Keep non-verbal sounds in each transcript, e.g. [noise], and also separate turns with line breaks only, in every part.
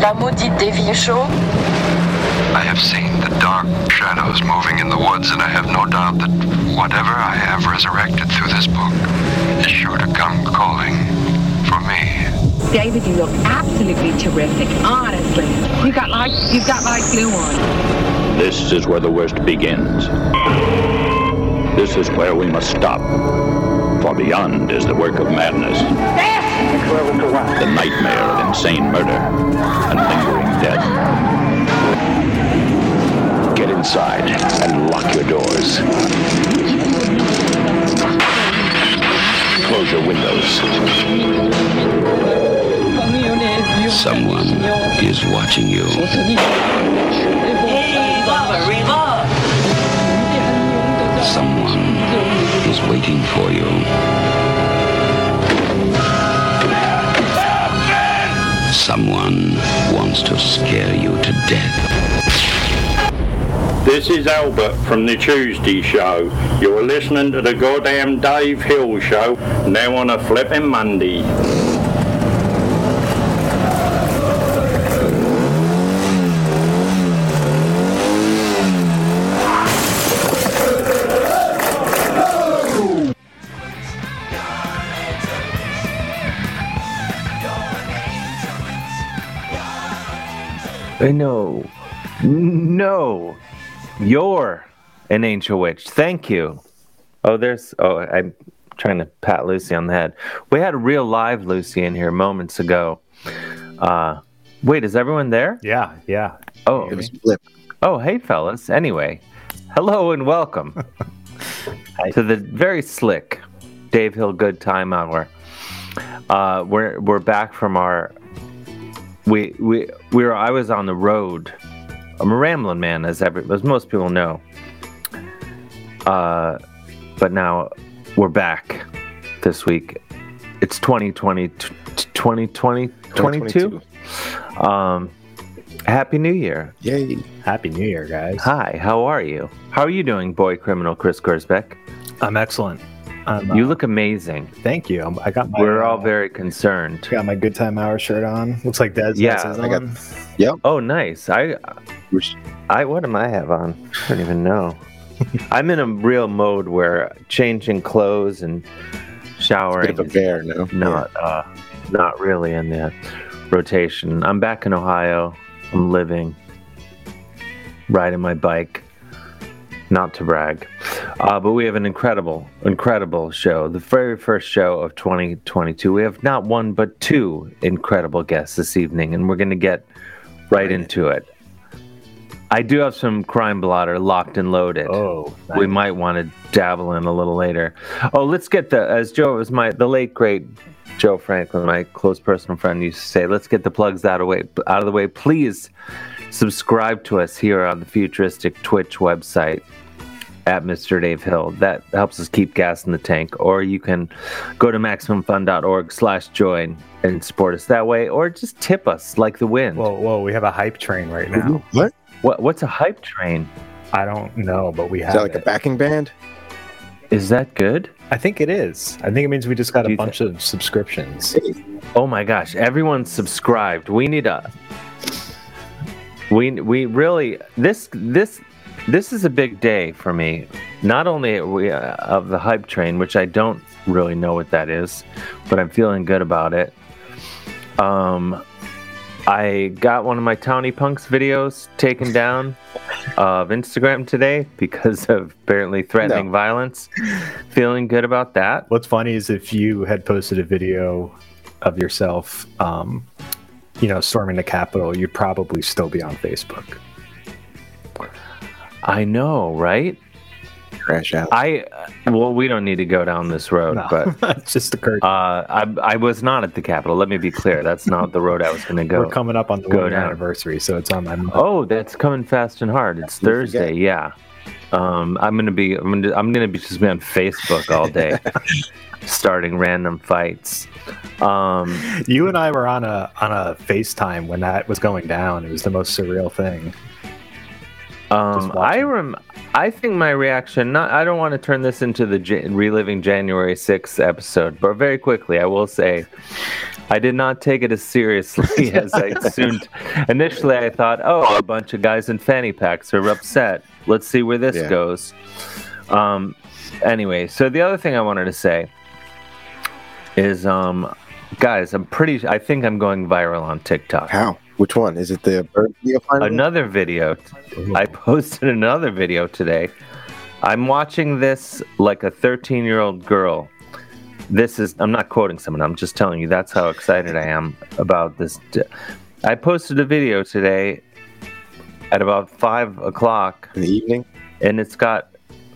la maudite des vieux chauds.
I have seen the dark shadows moving in the woods, and I have no doubt that whatever I have resurrected through this book is sure to come calling for me.
David, you look absolutely terrific. Honestly, you got like you got like glue on.
This is where the worst begins. This is where we must stop. For beyond is the work of madness, the nightmare of insane murder, and lingering death. Get inside and lock your doors. Close your windows. Someone is watching you. Someone is waiting for you. Someone wants to scare you to death.
This is Albert from the Tuesday Show. You're listening to the goddamn Dave Hill Show now on a flipping Monday.
Uh, No. No. You're an angel witch. Thank you. Oh, there's. Oh, I'm trying to pat Lucy on the head. We had a real live Lucy in here moments ago. Uh, wait, is everyone there?
Yeah, yeah.
Oh, oh, hey, fellas. Anyway, hello and welcome to the very slick Dave Hill Good Time Hour. Uh, we're we're back from our we we we were I was on the road. I'm a rambling man, as every as most people know. Uh, but now we're back this week. It's 2020, t- t- 2020, 22. Um, Happy New Year.
Yay.
Happy New Year, guys.
Hi, how are you? How are you doing, boy criminal Chris Gersbeck?
I'm excellent. I'm, uh,
You look amazing.
thank you. I'm, I got my.
We're all
uh,
very concerned.
Got my good time hour shirt on. Looks like Dad's
Yeah,
got his
I got-
on.
Oh, nice. I,
We're s-
I, what am I have on? I don't
[laughs]
even know. I'm in a real mode where changing clothes and
Bit of
showering
a
is
bear now.
not, uh, not really in the rotation. I'm back in Ohio. I'm living, riding my bike. not to brag. Uh, but we have an incredible, incredible show. The very first show of 2022. We have not one, but two incredible guests this evening, and we're going to get right into it. I do have some crime blotter locked and loaded.
Oh,
We might want to dabble in a little later. Oh, let's get the as Joe was my the late great Joe Franklin, my close personal friend, used to say. Let's get the plugs out of way out of the way. Please subscribe to us here on the futuristic Twitch website at Mr. Dave Hill. That helps us keep gas in the tank. Or you can go to maximumfun.org slash join and support us that way, or just tip us like the wind.
whoa, whoa. We have a hype train right now.
What?
what, what's a hype train?
I don't know, but we
Is
have.
that like a
it.
backing band?
Is that good?
I think it is. I think it means we just got
Do
a
you
bunch of subscriptions.
Oh my gosh, everyone's subscribed. We need a We we really this this this is a big day for me. Not only are we, uh, of the hype train, which I don't really know what that is, but I'm feeling good about it. Um I got one of my Townie Punks videos taken down of Instagram today because of apparently threatening violence. Feeling good about that.
What's funny is if you had posted a video of yourself, um, you know, storming the Capitol, you'd probably still be on Facebook.
I know, right?
Crash out.
I well, we don't need to go down this road,
No, [laughs]
but
it just occurred.
uh, I I was not at the Capitol. Let me be clear, that's not the road I was going to
We're
go.
coming up on the
go
one year
down.
anniversary, so it's on my mind.
oh, that's coming fast and hard. It's
You forget.
Thursday, yeah. Um, I'm gonna be I'm gonna, I'm gonna be just be on Facebook
[laughs]
all day, starting random fights. Um,
You and I were on a on a FaceTime when that was going down. It was the most surreal thing.
Um,
Just
I
watching.
rem- I think my reaction. Not. I don't want to turn this into the J- reliving January 6th episode, but very quickly, I will say, I did not take it as seriously [laughs] as I assumed. Initially, I thought, oh, a bunch of guys in fanny packs are upset. Let's see where this
Yeah.
goes. Um, anyway, so the other thing I wanted to say is, um, guys, I'm pretty. I think I'm going viral on TikTok
How? Which one? Is it the bird video finally?
another video. I posted another video today. I'm watching this like a 13 year old girl. This is, I'm not quoting someone, I'm just telling you that's how excited I am about this. d- I posted a video today at about five o'clock
in the evening?
and it's got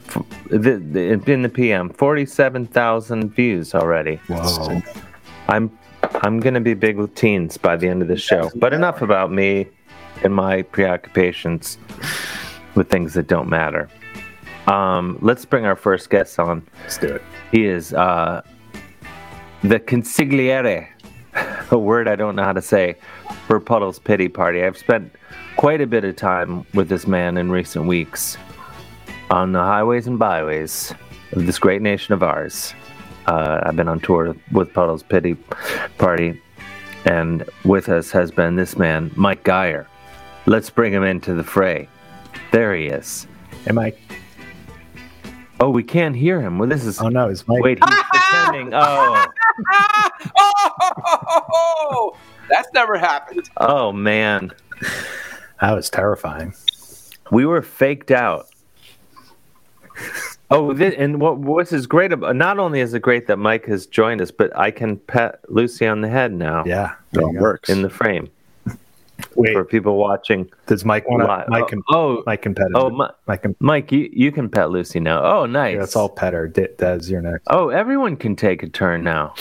f- the, the, in the PM 47,000 views already.
Whoa.
I'm I'm gonna be big with teens by the end of this show. But enough about me and my preoccupations with things that don't matter. Um, let's bring our first guest on.
Let's do it.
He is uh, the consigliere, [laughs] a word I don't know how to say, for Puddle's Pity Party. I've spent quite a bit of time with this man in recent weeks on the highways and byways of this great nation of ours. Uh, I've been on tour with Puddle's Pity Party, and with us has been this man, Mike Geyer. Let's bring him into the fray. There he is.
Am I?
Oh, we can't hear him. Well, this is.
Oh no, is my
Wait, he's
[laughs]
pretending. Oh,
Ah! Oh, that's never happened.
oh man,
That was terrifying.
we were faked out. Oh, thi- and what what is great about? Not only is it great that Mike has joined us, but I can pet Lucy on the head now
Yeah.
It all works.
in the frame
Wait,
for people watching.
does Mike want
Why-
my com-
oh,
my competitor?
oh, Mi-
my com-
Mike, you, you can pet Lucy now. Oh, nice.
That's all Petter. D- Des, you're next.
Oh, everyone can take a turn now.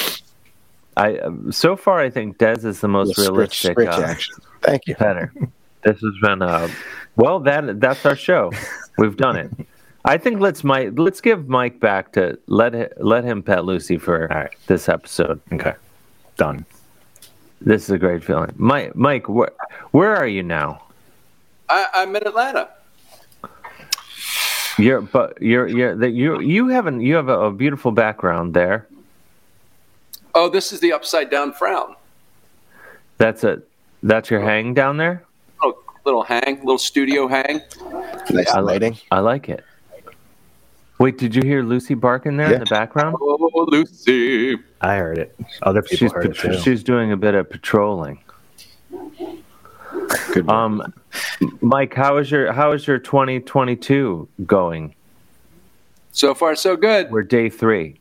I um, so far I think Dez is the most
Yeah, scritch-
realistic.
scritch
uh,
action. Thank
[laughs]
you.
better. This has been uh well that that's our show. We've done it. I think let's Mike let's give Mike back to let hi- let him pet Lucy for
All right.
this episode.
Okay. Done.
This is a great feeling. Mike Mike where where are you now?
I, I'm in Atlanta.
You're but you're you're that you you have an you have a, a beautiful background there.
Oh, this is the upside down frown.
That's a that's your hang down there.
Little, little hang, little studio hang.
Nice
I like-
lighting.
I like it. Wait, did you hear Lucy barking there
Yeah.
in the background?
Oh, Lucy.
I heard it. Other people
She's
heard it too.
she's doing a bit of patrolling.
Good. work.
Um, Mike, how is your how is your 2022 going?
So far, so good.
We're day three.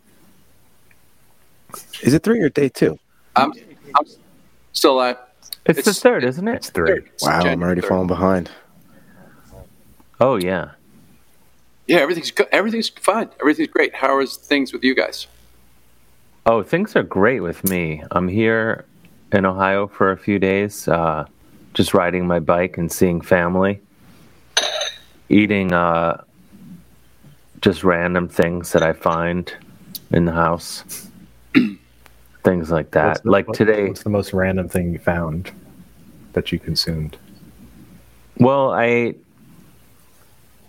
Is it three or day two?
I'm, I'm still alive.
It's, the
It's-
third, isn't it?
Three.
Wow, I'm already falling behind.
Oh yeah.
Yeah, everything's good. Everything's fine. Everything's great. How is things with you guys?
Oh, things are great with me. I'm here in Ohio for a few days, uh, just riding my bike and seeing family, eating uh, just random things that I find in the house, [clears throat] things like
What's
that.
the-
like
what-
today,
What's the most random thing you found that you consumed?
Well, I ate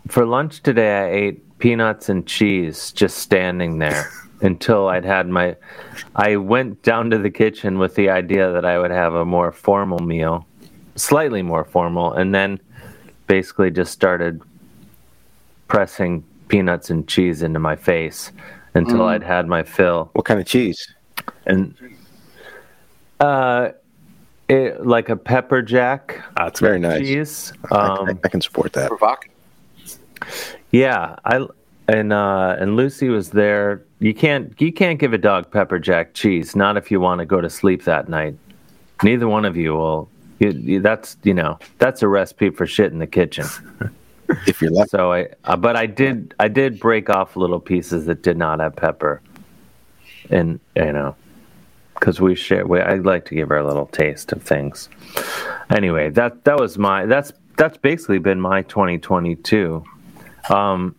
for lunch today. I ate peanuts and cheese just standing there until I'd had my. I went down to the kitchen with the idea that I would have a more formal meal, slightly more formal, and then basically just started pressing peanuts and cheese into my face until I'd had my fill
What kind of cheese?
and uh, it, like a pepper jack
It's very nice.
cheese.
I, I-
Um,
I can support that.
Provocative.
Yeah, I and uh, and Lucy was there. You can't you can't give a dog pepper jack cheese. Not if you want to go to sleep that night. Neither one of you will. You, you, that's you know that's a recipe for shit in the kitchen.
If you're lucky,
So I uh, but I did I did break off little pieces that did not have pepper, and you know because we share. We, I like to give her a little taste of things. Anyway, that that was my that's that's basically been my 2022. Um,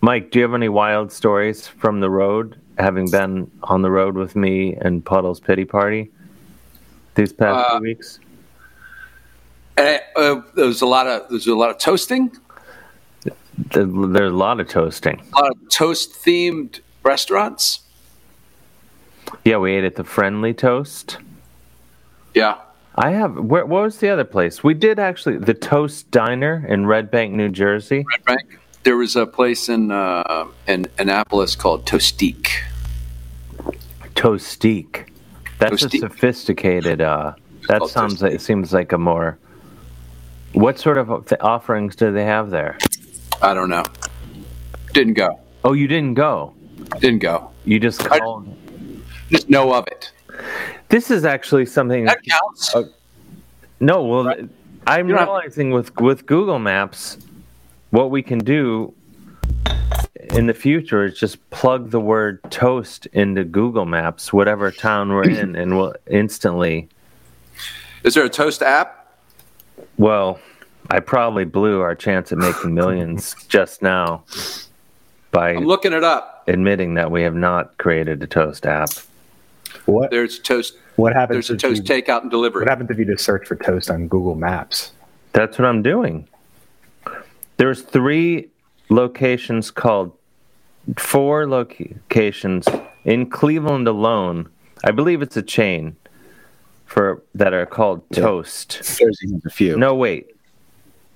Mike, do you have any wild stories from the road? Having been on the road with me and Puddle's Pity Party these past
Uh,
few weeks.
Eh, uh, there's a lot of there's a lot of toasting.
Th- There's a lot of toasting.
A lot of toast themed restaurants.
Yeah, we ate at the Friendly Toast.
Yeah.
I have. Where, what was the other place? We did actually the Toast Diner in Red Bank, New Jersey.
Red Bank. There was a place in uh, in Annapolis called Tostique.
Toastique. That's
Toastique.
a sophisticated. Uh, that
Oh,
sounds like it seems like a more. What sort of th- offerings do they have there?
I don't know. Didn't go.
Oh, you didn't go.
Didn't go.
You just
I-
called.
Just know of it.
this is actually something.
That counts.
Uh, No, well, th- I'm
You don't have-
realizing with with Google Maps, what we can do in the future is just plug the word toast into Google Maps, whatever
[clears throat]
town we're in, and we'll instantly.
Is there a toast app?
Well, I probably blew our chance at making
[laughs]
millions just now by
I'm looking it up.
admitting that we have not created a toast app.
What
There's toast.
what happens
There's a
if
toast
you,
takeout and delivery.
what happens if you just search for toast on Google Maps?
That's what I'm doing. There's three locations called four locations in Cleveland alone. I believe it's a chain for that are called Toast.
Jersey has a few.
No, wait.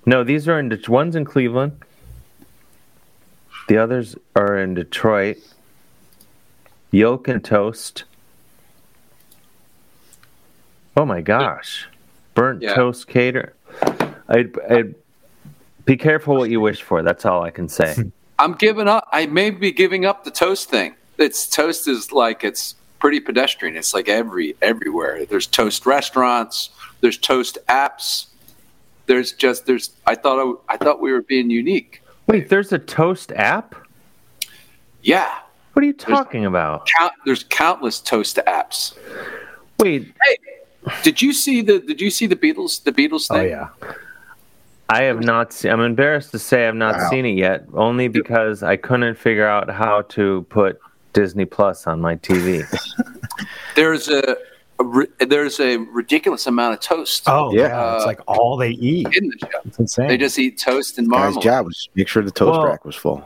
No, these are in Det- one's in Cleveland. The others are in Detroit. Yolk and Toast. Oh my gosh. Burnt
Yeah.
Toast Cater. I'd, I'd be careful what you wish for. That's all I can say.
I'm giving up. I may be giving up the toast thing. It's toast is like it's pretty pedestrian. It's like every everywhere. There's toast restaurants. There's toast apps. There's just there's. I thought I, I thought we were being unique.
wait, there's a Toast app?
Yeah.
What are you talking about?
Count, there's countless toast apps.
Wait,
Did you see the Did you see the Beatles the Beatles
Oh
thing?
yeah,
I have not seen. I'm embarrassed to say I've not
Wow.
seen it yet, only because I couldn't figure out how to put Disney Plus on my TV.
There's a, a ri- there's a ridiculous amount of toast
oh
Yeah.
yeah, it's like all they eat.
in the show.
It's insane.
They just eat toast and
Guy's
marmalade.
job was to make sure the toast
Well-
rack was full.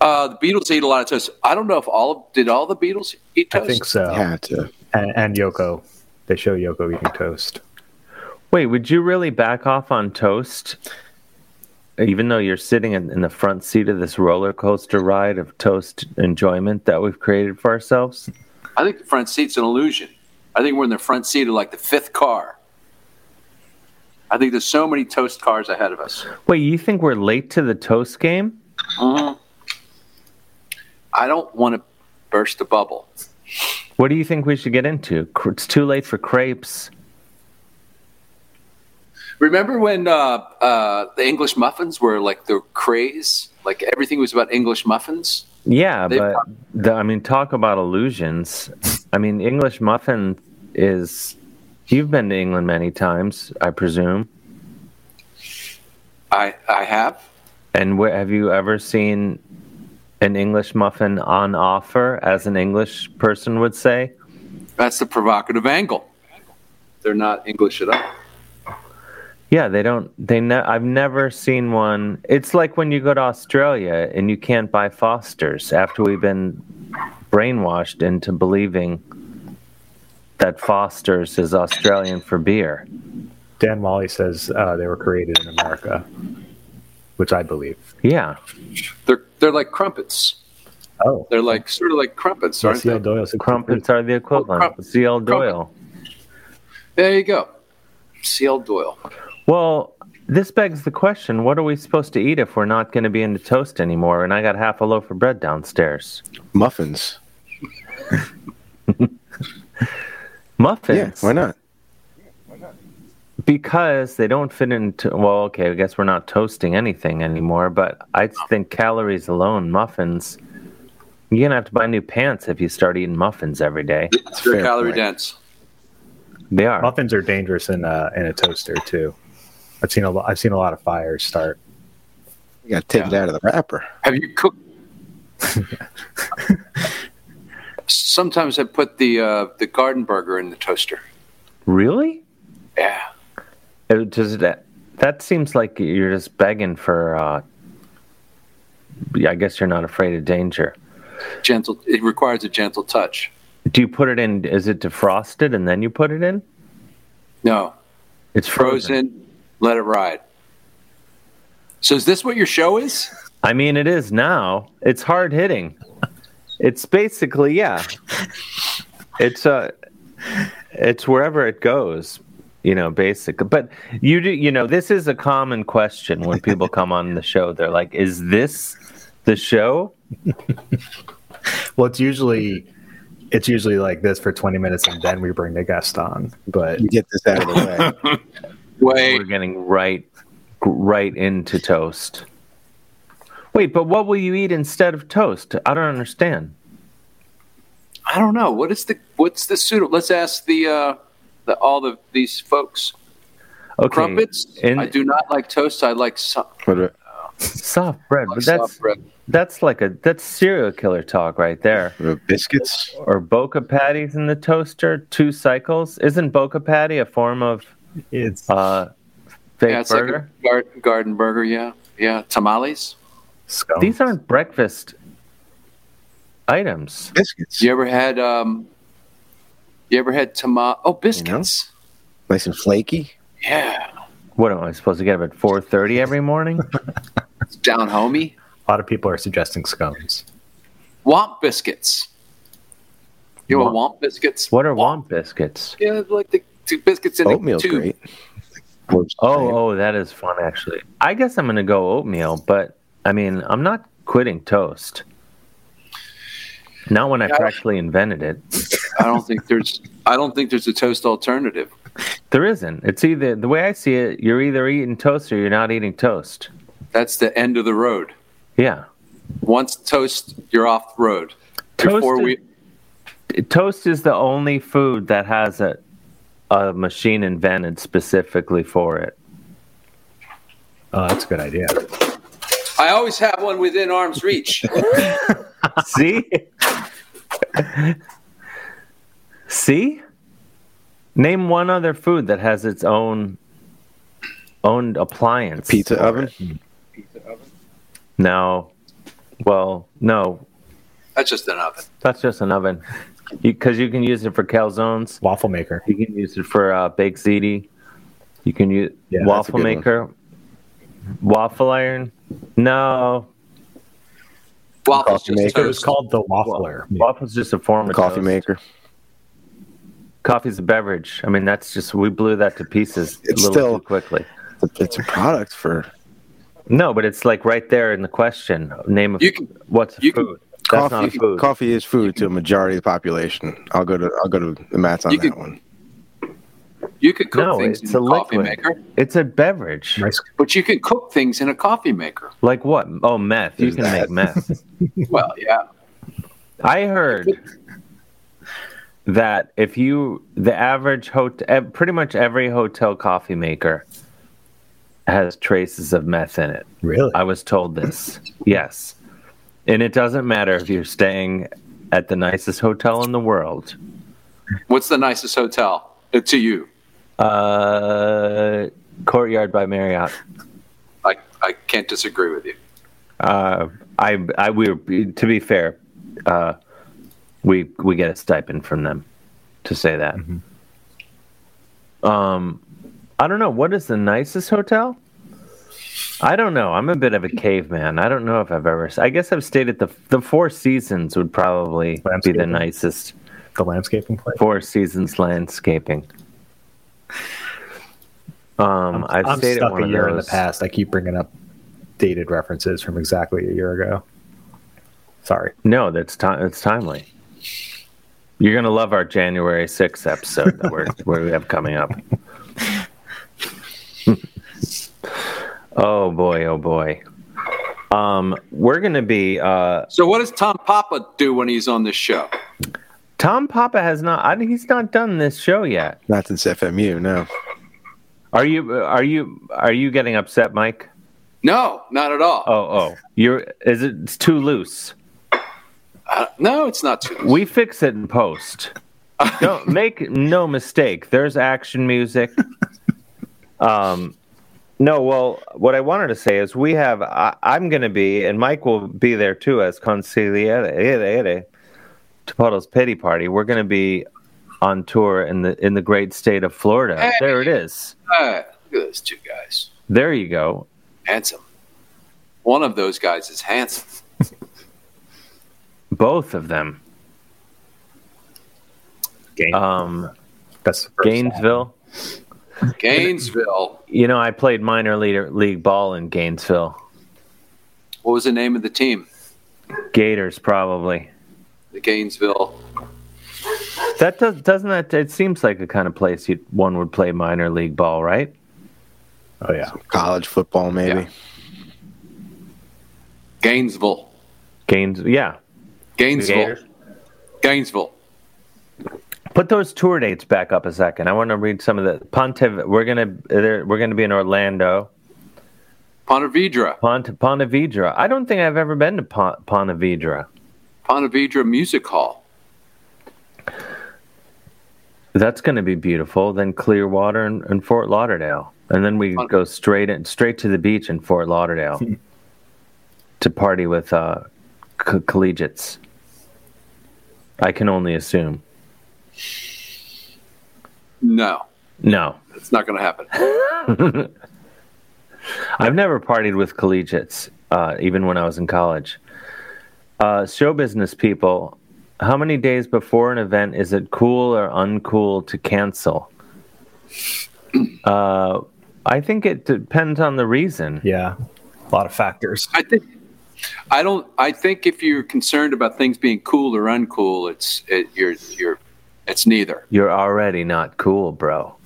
Uh, the Beatles ate a lot of toast. I don't know if all of- did all the Beatles eat
I
toast.
think so.
You had to.
And, and Yoko, they show Yoko eating toast.
Wait, would you really back off on toast? Even though you're sitting in, in the front seat of this roller coaster ride of toast enjoyment that we've created for ourselves,
I think the front seat's an illusion. I think we're in the front seat of like the fifth car. I think there's so many toast cars ahead of us.
wait, you think we're late to the toast game?
I don't want to burst a bubble.
What do you think we should get into? Cr- It's too late for crepes.
Remember when uh, uh, the English muffins were like the craze? Like everything was about English muffins.
Yeah,
They-
but the, I mean, talk about illusions. I mean, English muffin is. You've been to England many times, I presume.
I I have.
And where, have you ever seen an English muffin on offer, as an English person would say?
That's the provocative angle. They're not English at all.
Yeah, they don't. They ne- I've never seen one. It's like when you go to Australia and you can't buy Fosters after we've been brainwashed into believing that Fosters is Australian for beer.
Dan Wally says uh, they were created in America, which I believe.
Yeah.
They're they're like crumpets.
Oh,
They're like sort of like crumpets, aren't
C.L.
they?
Doyle said
Crumpets are the equivalent.
crump-
C.L. Doyle.
There you go. C.L. Doyle.
Well, this begs the question what are we supposed to eat if we're not going to be into toast anymore? And I got half a loaf of bread downstairs.
Muffins. Yeah,
Muffins.
why not?
Because they don't fit into. Well, okay, I guess we're not toasting anything anymore, but I think calories alone, muffins. You're going to have to buy new pants if you start eating muffins every day.
It's very
fair
calorie
point.
dense.
They are.
Muffins are dangerous in a, in a toaster too. I've seen a lot. I've seen a lot of fires start.
You got to take it out of the wrapper.
Have you cooked? Sometimes I put the uh, the garden burger in the toaster.
Really?
Yeah,
It- Does it that seems like you're just begging for. Uh, I guess you're not afraid of danger.
Gentle. It requires a gentle touch.
Do you put it in? Is it defrosted and then you put it in?
No,
It's frozen.
frozen. Let it ride. So is this what your show is?
I mean, it is now. It's hard hitting. It's basically yeah. It's uh, it's wherever it goes, you know. Basically, but you do, you know, this is a common question when people come on the show. They're like, "Is this the show?"
Well, it's usually it's usually like this for 20 minutes, and then we bring the guest on. But
You get this out of the way.
Wait,
We're getting right, right into toast. Wait, but what will you eat instead of toast? I don't understand.
I don't know. What is the what's the suitable? Let's ask the uh, the all the these folks.
Okay,
Crumpets.
in-
I do not like toast. I like some
What do-
soft bread,
like
but that's
soft bread.
That's like a that's serial killer talk right there.
what do- biscuits?
Or boca patties in the toaster, two cycles. Isn't boca patty a form of
it's
uh fake
Yeah, it's
burger?
like a gar- garden burger. Yeah, yeah. Tamales.
scum.
These aren't breakfast items.
Biscuits.
You ever had um? You ever had tamal? Oh, biscuits.
Nice and flaky.
Yeah,
What am I supposed to get up at four thirty
[laughs]
every morning?
it's down homie.
a lot of people are suggesting scones.
Womp biscuits. You know what womp biscuits?
What are womp biscuits?
Yeah, like the, the biscuits in
Oatmeal's
the tube.
great. Works the
Oh,
same.
oh, that is fun actually. I guess I'm gonna go oatmeal, but I mean I'm not quitting toast. Not when I
Yeah.
practically invented it.
I don't think there's. I don't think there's a toast alternative.
There isn't. It's either the way I see it, you're either eating toast or you're not eating toast.
That's the end of the road.
Yeah.
Once toast, you're off the road.
Toast
Before
is-
we,
Toast is the only food that has a a machine invented specifically for it.
Oh, that's a good idea.
I always have one within arm's reach.
See? See? Name one other food that has its own own appliance.
Pizza oven.
No. Well, no.
That's just an oven.
That's just an oven. Because you can use it for calzones.
Waffle maker.
You can use it for uh, baked ziti. You can use
Yeah, that's a
waffle
good one.
maker, waffle iron. No,
Waffles
Coffee
just
maker.
It was
toast.
called the waffler.
waffle's just a form of
Coffee
toast.
maker.
Coffee's a beverage. I mean, that's just we blew that to pieces a
It's
little
still-
too quickly.
It's a- It's a product for
No, but it's like right there in the question. Name of
You can-
what's a
you can-
food? that's
coffee.
not a food.
Coffee is food to a majority of the population. I'll go to I'll go to the mats on
You
that
could-
one.
You could cook
No,
things
it's
in
a
a coffee
liquid.
maker,
It's a beverage.
Nice.
but you can cook things in a coffee maker.
Like what? Oh, meth. You
There's
can make
that. [laughs]
meth.
Well, yeah.
I heard that if you the average hotel, pretty much every hotel coffee maker has traces of meth in it.
Really?
I was told this. Yes. And it doesn't matter if you're staying at the nicest hotel in the world.
What's the nicest hotel uh, to you?
Uh, Courtyard by Marriott.
I, I can't disagree with you.
Uh, I, I, we were, to be fair, uh, we, we get a stipend from them to say that.
Mm-hmm.
Um, I don't know. What is the nicest hotel? I don't know. I'm a bit of a caveman. I don't know if I've ever. I guess I've stayed at the the Four Seasons would probably be the
Landscaping.
nicest.
The landscaping place.
Four Seasons Landscaping. Um, I've
I'm
stayed at
stuck
one
a
of
year in the
those.
past. I keep bringing up dated references from exactly a year ago. Sorry.
No, that's time. It's timely. You're gonna love our January 6th episode that we're [laughs] where we have coming up. oh boy! Oh boy! Um, we're gonna be. Uh,
So, what does Tom Papa do when he's on this show?
Tom Papa has not. I, he's not done this show yet.
Not since FMU. No.
Are you? Are you? Are you getting upset, Mike?
No, not at all.
Oh, oh. You're. Is it? It's too loose.
Uh, no, it's not too.
We fix it in post. Don't make no mistake. There's action music. Um, No, well, what I wanted to say is we have. I, I'm going to be, and Mike will be there too as consigliere to Puddle's pity party. We're going to be on tour in the in the great state of Florida.
Hey.
There it is.
Ah, look at those two guys.
There you go.
Handsome. One of those guys is handsome.
Both of them.
Gain-
Um,
That's the first
Gainesville.
Gainesville.
You know, I played minor leader, league ball in Gainesville.
What was the name of the team?
Gators, probably.
The Gainesville.
That does, doesn't that. It seems like the kind of place you one would play minor league ball, right?
album. Oh yeah,
College football, maybe.
Yeah. Gainesville.
Gaines, yeah.
Gainesville.
Gators.
Gainesville.
Put those tour dates back up a second. I want to read some of the Ponte. We're gonna there- we're gonna be in Orlando,
Pontevedra.
Ponte Ponte Vedra. I don't think I've ever been to Pon- Ponte Vedra.
Pontevedra Music Hall.
That's gonna be beautiful. Then Clearwater and, and Fort Lauderdale, and then we
Pon-
go straight in, straight to the beach in Fort Lauderdale to party with uh, co- collegiates. I can only assume.
No,
No,
it's not going to happen.
I've never partied with collegiates, uh, even when I was in college. Uh, show business people, how many days before an event is it cool or uncool to cancel? Uh, I think it depends on the reason.
yeah, a lot of factors.
I think I don't. I think if you're concerned about things being cool or uncool, it's it, you're you're it's neither.
You're already not cool,
[laughs]
bro.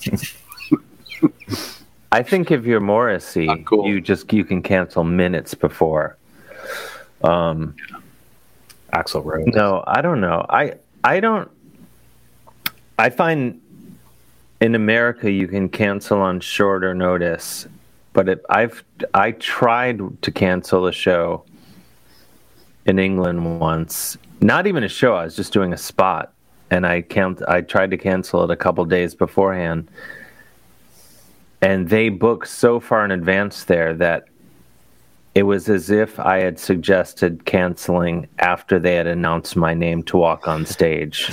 I think if you're Morrissey,
Not cool.
you just you can cancel minutes before. Um,
Axel Rose.
No, I don't know. I I don't. I find in America you can cancel on shorter notice, but it, I've I tried to cancel a show in England once. Not even a show. I was just doing a spot, and I can't. I tried to cancel it a couple days beforehand, and they booked so far in advance there that it was as if I had suggested canceling after they had announced my name to walk on stage.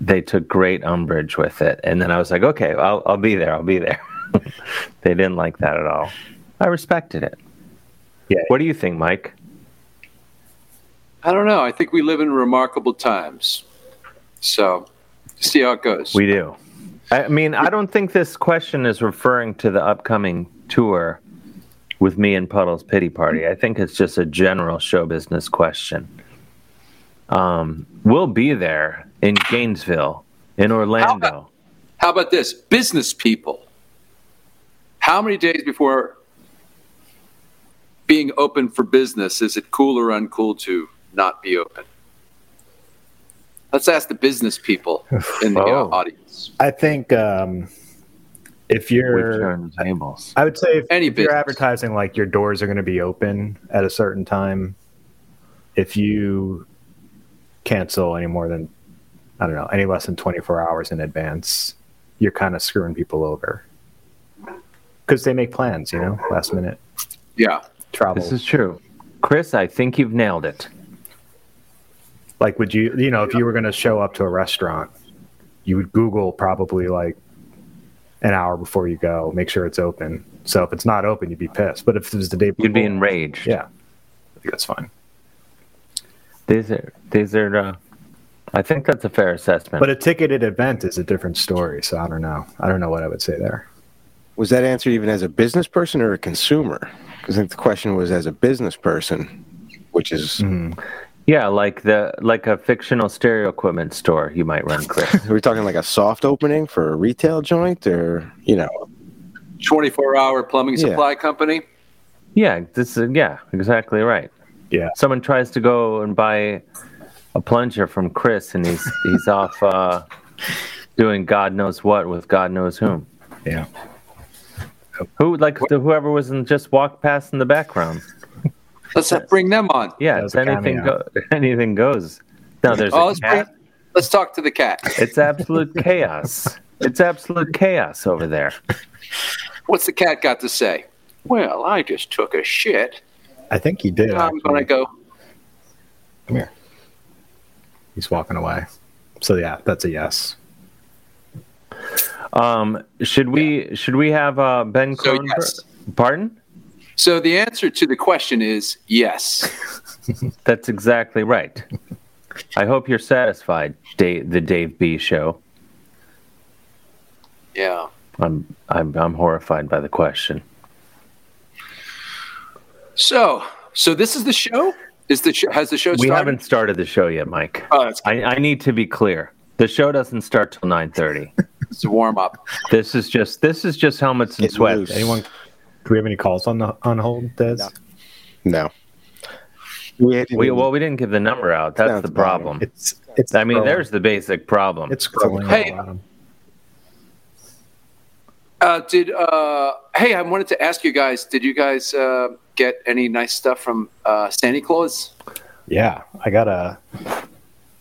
they took great umbrage with it. And then I was like, okay, I'll, I'll be there. I'll be there. [laughs] they didn't like that at all. I respected it.
Yeah.
What do you think, Mike?
I don't know. I think we live in remarkable times. So see how it goes.
We do. I mean, I don't think this question is referring to the upcoming tour with me and Puddle's Pity Party. I think it's just a general show business question. Um, we'll be there in Gainesville, in Orlando.
how about this? Business people. How many days before being open for business is it cool or uncool to not be open? Let's ask the business
[laughs]
people in the uh,
Oh.
audience.
I think um, if
We
you're,
turn tables.
I would say if,
Any
if you're
business.
advertising like your doors are going to be open at a certain time, if you cancel any more than I don't know any less than 24 hours in advance, you're kind of screwing people over because they make plans, you know, last minute
Yeah.
travel.
This is true. Chris, I think you've nailed it.
like would you you know if you were going to show up to a restaurant you would google probably like an hour before you go make sure it's open so if it's not open you'd be pissed but if it was the day before
You'd be enraged.
yeah i think that's fine
These are, these are, uh, I think that's a fair assessment.
[laughs] but a ticketed event is a different story so i don't know i don't know what i would say there
Was that answered even as a business person or a consumer? Because I think the question was as a business person, which is
Yeah, like the like a fictional stereo equipment store you might run, Chris.
we're talking like a soft opening for a retail joint, or you know,
24 hour plumbing
Yeah.
supply company.
yeah, this is yeah, exactly right.
Yeah.
Someone tries to go and buy a plunger from Chris and he's he's off uh doing God knows what with God knows whom.
yeah
Who like the, whoever was in just walked past in the background.
Let's have- bring them on.
Yeah,
That was
it's
a
anything go, [laughs]
cameo.
anything goes. Now there's
Oh,
a
let's, bring,
cat.
[laughs] let's talk to the cat.
It's absolute chaos. It's absolute chaos over there.
What's the cat got to say? Well, I just took a shit.
I think he did.
I'm going to
actually.
go.
Come here. He's walking away. So yeah, that's a yes.
Um, should we should we have uh, Ben
So,
Cronenberg?
yes.
Pardon?
So the answer to the question is yes.
That's exactly right. I hope you're satisfied, Dave, the Dave B show.
Yeah.
I'm I'm I'm horrified by the question.
So, so this is the show. Is the show, has the show
We
started?
haven't started the show yet, Mike.
Oh, it's,
I, I need to be clear. The show doesn't start till nine thirty.
[laughs]
it's a warm up.
this is just this is just helmets and
Get
sweats.
loose.
Anyone? Do we have any calls on the on hold, Des?
No. No. We had
We, well, we didn't give the number out. That's
Sounds
the problem.
It's it's.
I mean,
scrolling.
there's the basic problem.
it's scrolling.
Hey.
on the bottom.
Uh, did uh, hey, I wanted to ask you guys. Did you guys uh, get any nice stuff from uh, Santa Claus?
Yeah, I got a.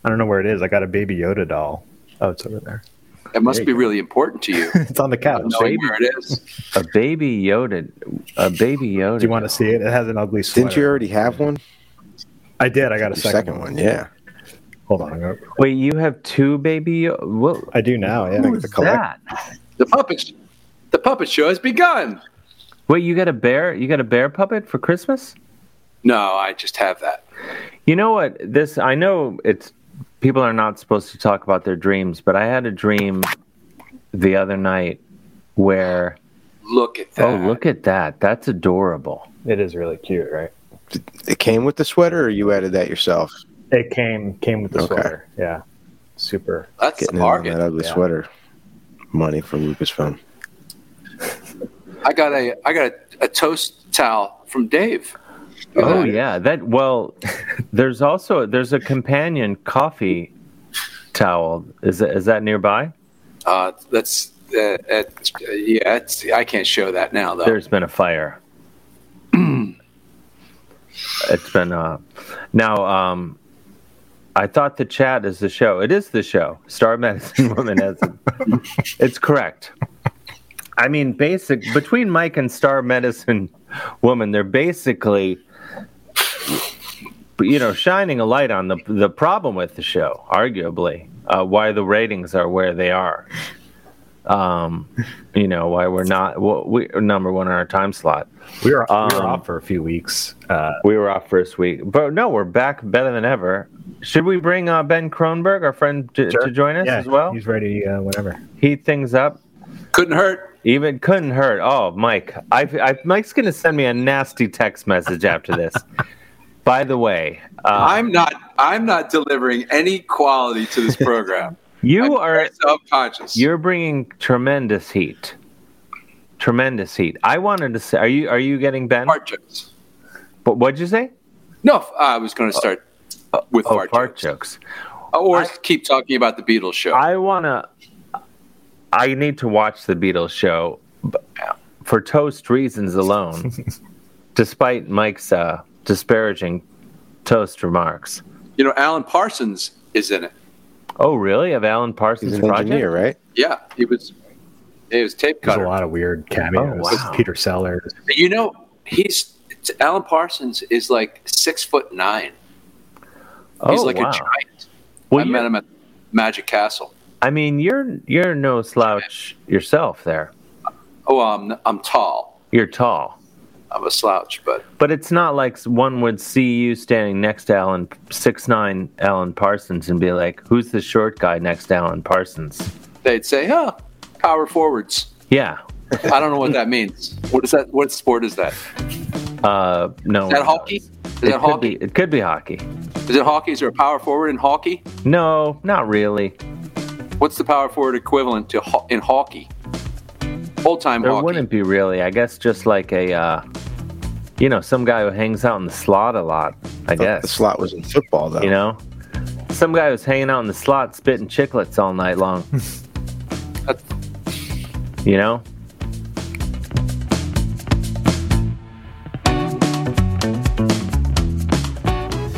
I don't know where it is. I got a Baby Yoda doll. Oh, it's over there. [laughs]
It must be really important
[laughs]
to you.
It's on the couch.
Knowing
Do
where it is.
a baby Yoda. A baby Yoda.
you want to see it? It has an ugly sweater.
Didn't you already have one?
I did. I got
Your
a second,
second
one.
one, yeah.
Hold on. I'm gonna-
Wait, you have two baby. Yo- What?
I do now. Yeah.
Who's that?
The puppet, the puppet show has begun.
Wait, you got a bear? You got a bear puppet for Christmas?
No, I just have that.
You know what? This I know it's people are not supposed to talk about their dreams, but I had a dream the other night where
Look at that.
oh look at that that's adorable.
It is really cute, right?
It came with the sweater, or you added that yourself?
It came came with the
Okay.
sweater. Yeah. Super.
That's the
Getting in on that
bargain.
ugly
Yeah.
sweater. Money from Lucasfilm.
I got a I got a, a toast towel from Dave. Look at
Oh
that.
yeah, that
[laughs]
well there's also there's a companion coffee towel. Is that, is that nearby?
Uh, that's uh, at, yeah. It's, I can't show that now though.
There's been a fire. it's been uh now um I thought the chat is the show. It is the show. Star Medicine [laughs] Woman has it's correct. I mean basic between Mike and Star Medicine Woman, they're basically you know, shining a light on the the problem with the show, arguably, uh, why the ratings are where they are. Um, you know, why we're not well, we are number one in our time slot.
We were, we were
Um,
off for a few weeks. Uh,
We were off first week, but no, we're back better than ever. Should we bring uh, Ben Kronberg, our friend, to, to join us
yeah,
as well?
He's ready uh, whenever.
Heat things up.
Couldn't hurt.
Even couldn't hurt. Oh, Mike, I, I, Mike's gonna send me a nasty text message after this. By the way, uh,
I'm not. I'm not delivering any quality to this program.
[laughs] you
I'm
are
very subconscious.
You're bringing tremendous heat. Tremendous heat. I wanted to say, are you are you getting Ben?
fart jokes.
But what'd you say?
No, f- I was going to start with
oh,
fart,
fart
jokes,
jokes.
or
I-
keep talking about the Beatles show.
I wanna. I need to watch the Beatles show but for toast reasons alone,
[laughs]
despite Mike's uh, disparaging toast remarks.
you know, Alan Parsons is in it.
Oh, really? Of Alan Parsons'
He's an
project?
engineer, right?
Yeah, he was. He was tape
There's a
cutter.
lot of weird cameos.
Oh, wow.
Peter Sellers.
You know, he's Alan Parsons is like six foot nine.
Oh,
He's like
wow.
a giant.
Well,
I
you-
met him at Magic Castle.
I mean, you're you're no slouch yourself. There,
Oh, I'm I'm tall.
you're tall.
I'm a slouch, but
But it's not like one would see you standing next to Alan six nine Alan Parsons and be like, "Who's the short guy next to Alan Parsons?"
they'd say, "Huh, power forwards."
Yeah,
I don't know what that means. What is that? What sport is that?
uh, no.
Is that
one knows.
hockey? Is
It
that
could
hockey?
Be, it could be hockey.
Is it hockey? Is there a power forward in hockey?
No, not really.
What's the power forward equivalent to ho- in hockey? Old time
There
hockey.
wouldn't be really. I guess just like a, uh, you know, some guy who hangs out in the slot a lot. I
The
guess
slot was in football, though.
you know, some guy who's hanging out in the slot spitting chiclets all night long.
[laughs] That's-
you know.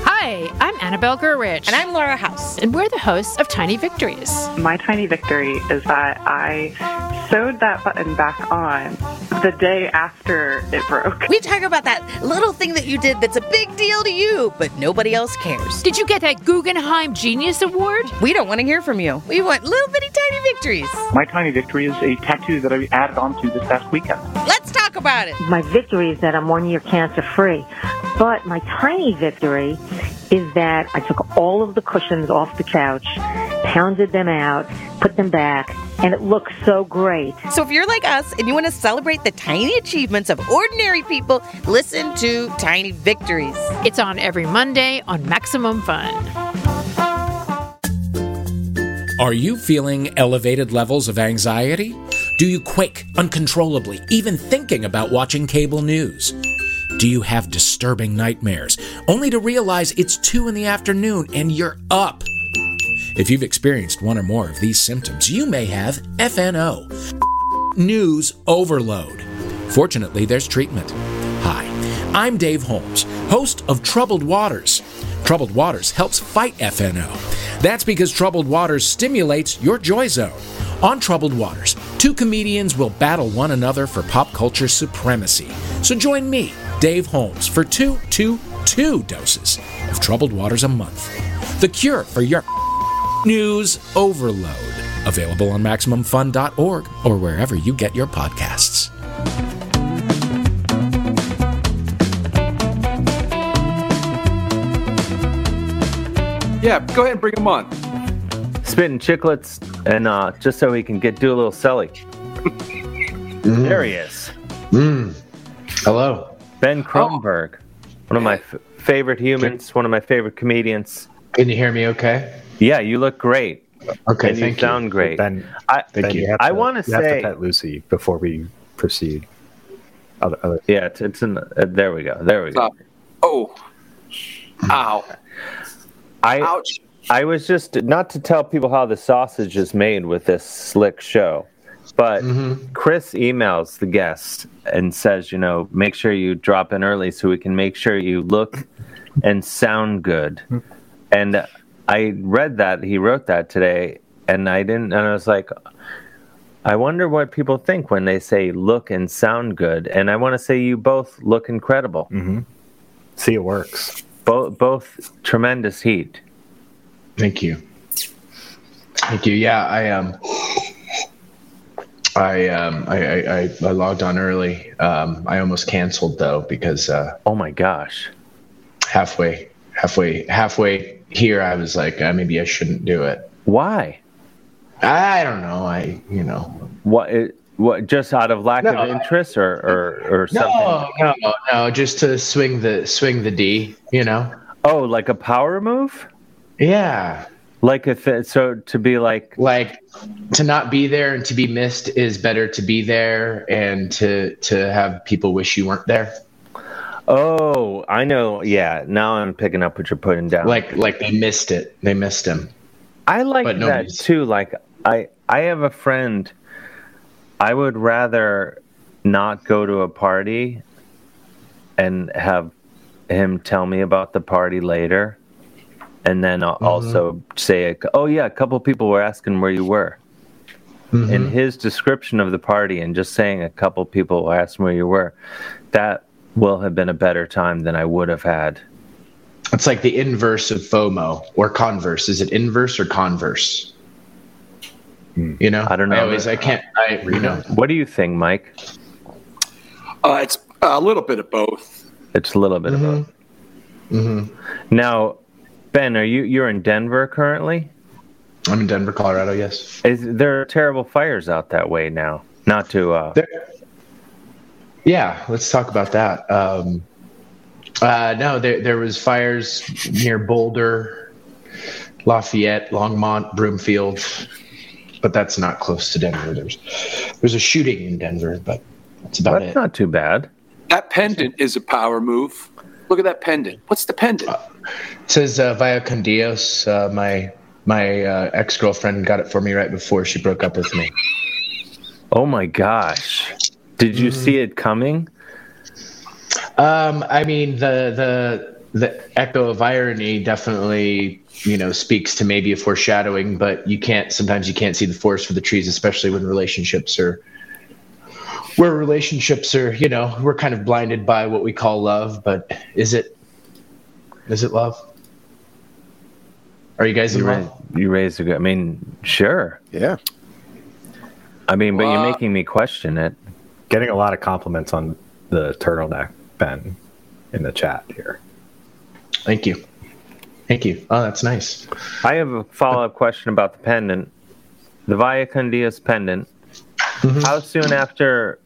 Hi, I'm Annabelle Gurridge.
And I'm Laura House.
And we're the hosts of Tiny Victories.
My tiny victory is that I sewed that button back on the day after it broke.
We talk about that little thing that you did that's a big deal to you, but nobody else cares.
Did you get that Guggenheim Genius Award?
We don't want to hear from you. We want little bitty tiny victories.
My tiny victory is a tattoo that I added onto this past weekend.
Let's talk about it.
My victory is that I'm one year cancer free. But my tiny victory is that I took all of the cushions off the couch, pounded them out, put them back, and it looks so great.
So if you're like us and you want to celebrate the tiny achievements of ordinary people, listen to Tiny Victories.
It's on every Monday on Maximum Fun.
Are you feeling elevated levels of anxiety? Do you quake uncontrollably, even thinking about watching cable news? Do you have disturbing nightmares, only to realize it's 2 in the afternoon and you're up? If you've experienced one or more of these symptoms, you may have FNO, news overload. Fortunately, there's treatment. Hi, I'm Dave Holmes, host of Troubled Waters. Troubled Waters helps fight FNO. That's because Troubled Waters stimulates your joy zone. On Troubled Waters, two comedians will battle one another for pop culture supremacy. So join me, Dave Holmes, for two, two, two doses of Troubled Waters a month. The cure for your news overload. Available on MaximumFun.org or wherever you get your podcasts.
Yeah, go ahead and bring him on.
Spitting chiclets, and uh, just so he can get do a little selly. There he is,
Mm. Hello.
Ben Kronberg, one of my f- favorite humans, one of my favorite comedians.
Can you hear me? Okay.
Yeah, you look great.
Okay,
and
thank
you
you.
sound great.
Ben,
I,
Ben, you have
I want
you have
say,
to pet Lucy before we proceed. Other, other,
yeah, it's, it's in. The, uh, there we go. There we go.
Stop. Oh, ow,
I
ouch.
I was just not to tell people how the sausage is made with this slick show, but Chris emails the guest and says, you know, make sure you drop in early so we can make sure you look and sound good. And I read that he wrote that today, and I didn't, and I was like, I wonder what people think when they say look and sound good. And I want to say you both look incredible,
see, it works.
both both tremendous heat.
Thank you. Thank you. Yeah, I um, I um, I, I, I, I logged on early. Um, I almost canceled though because uh,
Oh my gosh.
halfway, halfway, halfway here, I was like, uh, maybe I shouldn't do it.
Why?
I don't know. I you know.
What? It, what? Just out of lack
No,
of
I-
interest, or or, or something?
No, no, no. Just to swing the swing the D. You know.
Oh, like a power move?
Yeah.
Like if it, so to be like
like to not be there and to be missed is better to be there and to to have people wish you weren't there
oh I know yeah now I'm picking up what you're putting down
like like they missed it they missed him
I like
but
that
nobody's-
too like I I have a friend I would rather not go to a party and have him tell me about the party later and then I'll also say oh yeah a couple people were asking where you were in his description of the party and just saying a couple people asked where you were, that will have been a better time than I would have had.
it's like the inverse of fomo or converse is it inverse or converse you know
Hmm. I don't know.
i always i can't i you know
What do you think, Mike?
Uh, it's a little bit of both.
It's a little bit of both. Now, Ben, are you you're in Denver currently?
i'm in denver colorado yes
Is there are terrible fires out that way now? Not to uh,
There- yeah let's talk about that um uh no there there was fires near boulder lafayette longmont broomfield but that's not close to denver there's there's a shooting in denver but that's about
that's
it
not too bad.
That pendant is a power move. Look at that pendant. What's the pendant?
it says uh, via con dios uh, my my uh, ex-girlfriend got it for me right before she broke up with me
Oh my gosh. Did you see it coming?
Um, I mean the the the echo of irony definitely you know speaks to maybe a foreshadowing but you can't sometimes you can't see the forest for the trees especially when relationships are where relationships are you know we're kind of blinded by what we call love but is it is it love are you guys in
You,
love
raised, you raised a good. I mean, sure.
Yeah.
I mean, but
Well,
you're making me question it.
Getting a lot of compliments on the turtleneck, Ben, in the chat here.
Thank you. Thank you. Oh, that's nice.
I have a follow up question about the pendant, the Via Candias pendant. How soon after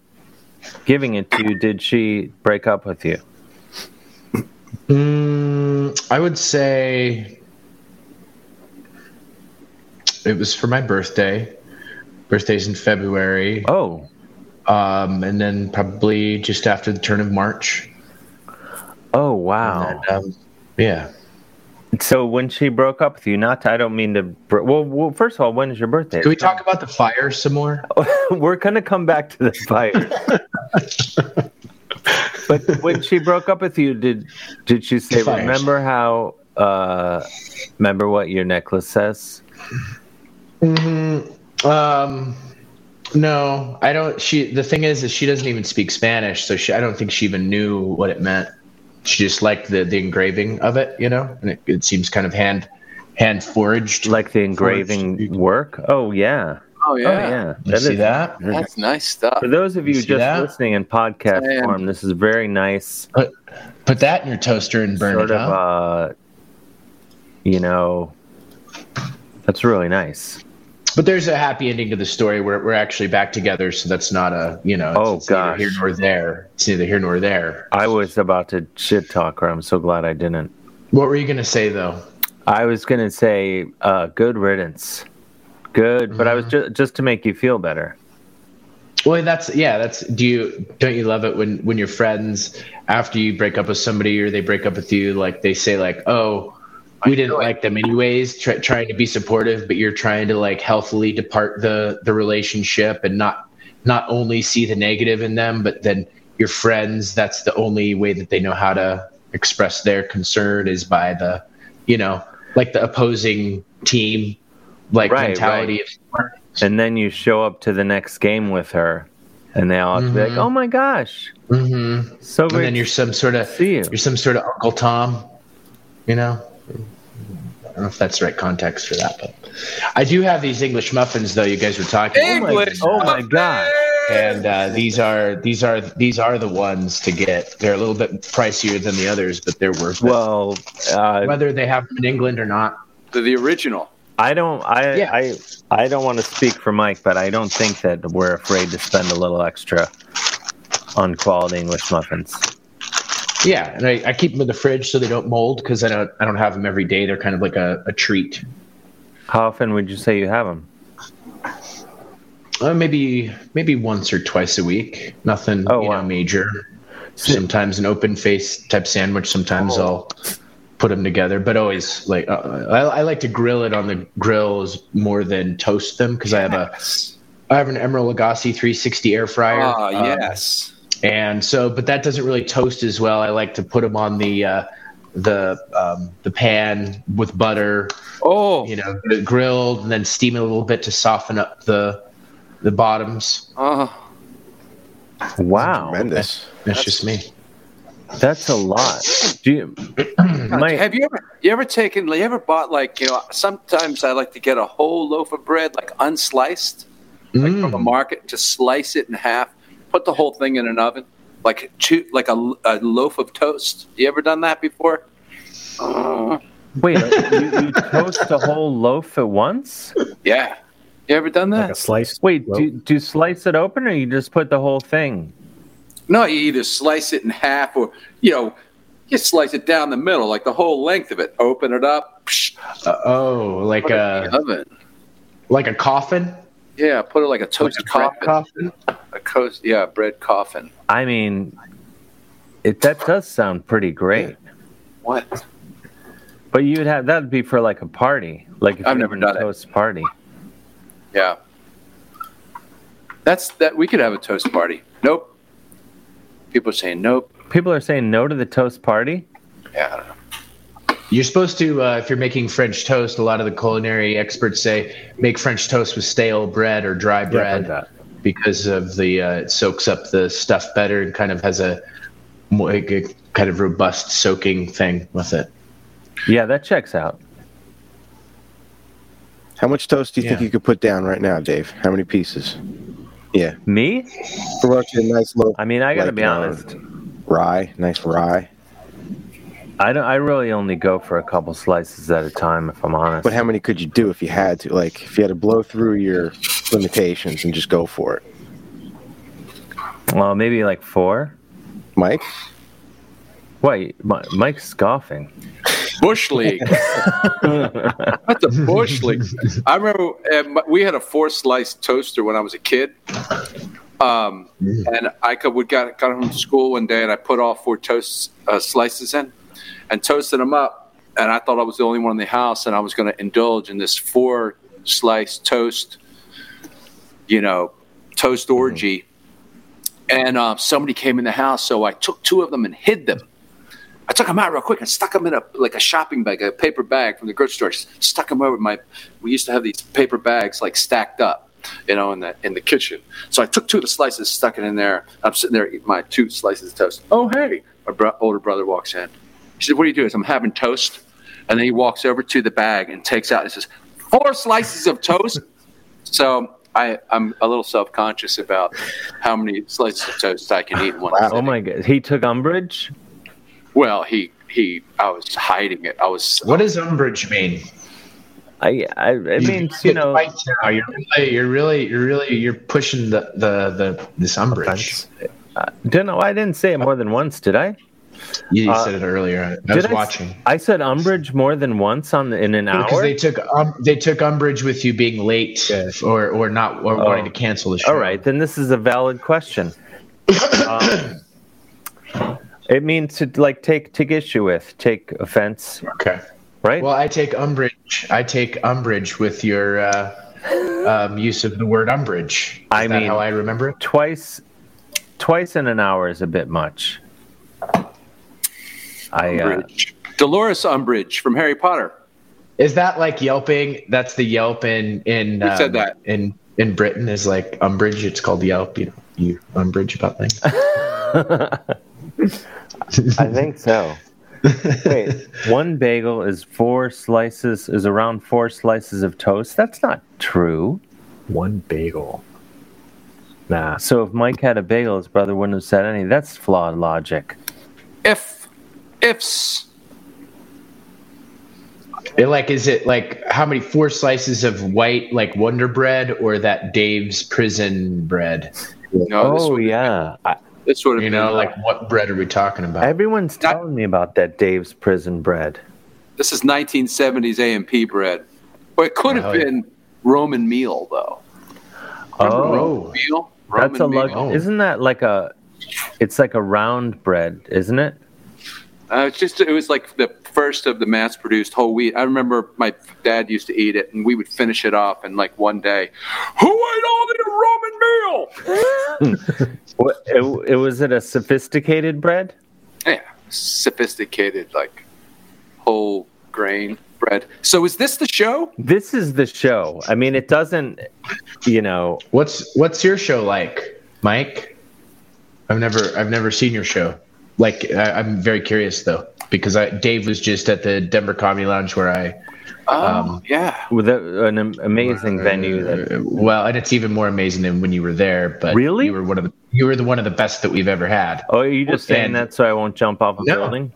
giving it to you did she break up with you?
Mm, I would say it was for my birthday. Birthday's in February.
Oh.
Um, and then probably just after the turn of March.
Oh wow.
um, yeah. uh,
So when she broke up with you, not I don't mean to. Br- well, well, first of all, when is your birthday?
Can we talk about the fire some more?
[laughs] We're gonna come back to the
[laughs]
fire. but when she broke up with you, did did she say,
Fires.
"Remember how? Uh, remember what your necklace says?"
Mm-hmm. Um, no, I don't. She. The thing is, is she doesn't even speak Spanish, so she. I don't think she even knew what it meant. She just liked the the engraving of it, you know, and it, it seems kind of hand hand forged,
like the engraving work. Oh yeah.
Oh, yeah.
You see that?
That's nice stuff.
For those of you,
You see
just
that?
listening in podcast
Man.
form, this is very nice.
Put put that in your toaster and burn
sort
it
of,
up.
uh, you know, that's really nice.
But there's a happy ending to the story where we're actually back together, so that's not a you know. It's,
Oh,
it's neither
gosh.
here nor there. It's neither here nor there.
I was about to shit talk her. I'm so glad I didn't.
What were you gonna say though?
I was gonna say, uh, good riddance, good. But I was
Mm-hmm.
just just to make you feel better.
Well, that's yeah. That's do you don't you love it when when your friends after you break up with somebody or they break up with you, like they say like, oh, we didn't like them anyways, try, trying to be supportive, but you're trying to like healthily depart the the relationship and not not only see the negative in them, but then your friends. That's the only way that they know how to express their concern is by the, you know, like the opposing team, like
Right,
mentality
right.
of support.
And then you show up to the next game with her, and they all have to be like, "Oh my gosh!"
Mm-hmm.
So
and
great
then you're some sort of you. are some sort of Uncle Tom, you know. I don't know if that's the right context for that, but I do have these English muffins though. You guys were talking
English
Oh my, god! And uh, these are these are these are the ones to get. They're a little bit pricier than the others, but they're worth
well, it. Uh,
whether they have them in England or not.
The, the original.
I don't. I, I. I don't want to speak for Mike, but I don't think that we're afraid to spend a little extra on quality English muffins.
Yeah, and I, I keep them in the fridge so they don't mold because I don't I don't have them every day. They're kind of like a, a treat.
How often would you say you have them?
Uh, maybe maybe once or twice a week. Nothing you know, major. Sometimes an open face type sandwich. Sometimes I'll put them together, but always like uh, I, I like to grill it on the grills more than toast them because I have a I have an Emerald Lagasse 360 air fryer.
Ah,
um,
yes.
and so, but that doesn't really toast as well. I like to put them on the uh, the um, the pan with butter.
Oh,
you know, get it grilled and then steam it a little bit to soften up the the bottoms.
Oh,
Wow,
tremendous!
That's, just me.
That's a lot. Do
[clears throat]
you, Mike,
Have you ever you ever taken you ever bought like you know sometimes I like to get a whole loaf of bread like unsliced like from
Mm.
the market just slice it in half put the whole thing in an oven like two like a, a loaf of toast you ever done that before Uh,
wait, you, you toast a whole loaf at once?
yeah you ever done that
Like a slice. Wait, do, do you slice it open, or you just put the whole thing?
no you either slice it in half or you know you slice it down the middle like the whole length of it open it up psh,
oh, like
put it in the
a
oven
like a coffin.
yeah put it like a toasted coffin, a coast yeah bread coffin
I mean, it that does sound pretty great.
what
But you'd have that'd be for like a party, like if
I've
you
never
were
done
a toast party.
Yeah. That's that we could have a toast party. Nope. People are saying nope.
People are saying no to the toast party.
Yeah, I don't know.
You're supposed to, uh, if you're making French toast, a lot of the culinary experts say make French toast with stale bread or dry bread because of the uh, it soaks up the stuff better and kind of has a, more, like a kind of robust soaking thing with it.
Yeah, that checks out.
How much toast do you think
Yeah.
you could put down right now, Dave? How many pieces? Yeah.
Me?
For a nice little. uh,
I mean, I gotta be honest.
Rye, nice rye.
I don't. I really only go for a couple slices at a time, if I'm honest.
But how many could you do if you had to? Like, if you had to blow through your limitations and just go for it,
Well, maybe like four.
Mike.
Wait, Mi- Mike's scoffing.
Bush league. What the bush league? I remember uh, my- we had a four slice toaster when I was a kid. Um, and I could, we got, got home from school one day and I put all four toast uh, slices in and toasted them up. And I thought I was the only one in the house and I was going to indulge in this four slice toast, you know, toast orgy. And uh, somebody came in the house, so I took two of them and hid them. I took them out real quick and stuck them in a like a shopping bag, a paper bag from the grocery store. Just Stuck them over my. We used to have these paper bags like stacked up, you know, in the in the kitchen. So I took two of the slices, stuck it in there. I'm sitting there eating my two slices of toast. Oh hey, my bro- older brother walks in. He says, "What are you doing?" I said, I'm having toast, and then he walks over to the bag and takes out and says, four slices of toast." So. I, I'm a little self conscious about how many slices of toast I can eat in one
Oh my god, he took umbrage.
well, he he. I was hiding it. I was.
What does umbrage mean?
I I, it means you know.
You're really, you're really, you're really, you're pushing the the, the this umbrage.
Didn't know. I didn't say it more than once, did I?
You
Uh,
said it earlier. I
did
was
s-
watching.
I said umbrage more than once on the, in an
Because
hour.
they took um, they took umbrage with you being late or or not or
Oh.
wanting to cancel the show.
All right, then this is a valid question. um, it means to like take take issue with, take offense.
Okay.
Right.
Well, I take umbrage. I take umbrage with your uh, um, use of the word umbrage. Is
I
that
mean,
how I remember it?
Twice, twice in an hour is a bit much. I uh,
Umbridge. Dolores Umbridge from Harry Potter.
Is that like yelping? That's the Yelp in in um,
Who said that?
in in Britain is like umbrage. It's called Yelp. You know, you umbrage about things.
I think so.
[laughs]
Wait, one bagel is four slices is around four slices of toast. That's not true.
One bagel. Nah.
So if Mike had a bagel, his brother wouldn't have said any. That's flawed logic.
If ifs.
It, like, is it like how many four slices of white like Wonder Bread or that Dave's prison bread?
No, this
oh yeah, I,
this would
you know like what bread are we talking about?
everyone's telling me about that Dave's prison bread.
This is 1970s AMP bread. Well, it could have been Roman meal though. Remember
Oh,
Roman meal. Roman
that's a lug.
meal.
Isn't that like a? It's like a round bread, isn't it?
Uh, it's just it was like the first of the mass-produced whole wheat. I remember my dad used to eat it, and we would finish it off. And like one day, who ate all the Roman meal?
What, it, it was it a sophisticated bread?
Yeah, sophisticated like whole grain bread. So is this the show?
This is the show. I mean, it doesn't. You know,
What's what's your show like, Mike? I've never I've never seen your show. Like I, I'm very curious though because I Dave was just at the Denver Comedy Lounge where I
Um, yeah.
with a, an am- amazing venue that
uh, well and it's even more amazing than when you were there. But
Really?
you were one of the you were the one of the best that we've ever had.
Oh, are you just saying
And-
that so I won't jump off a
No.
building?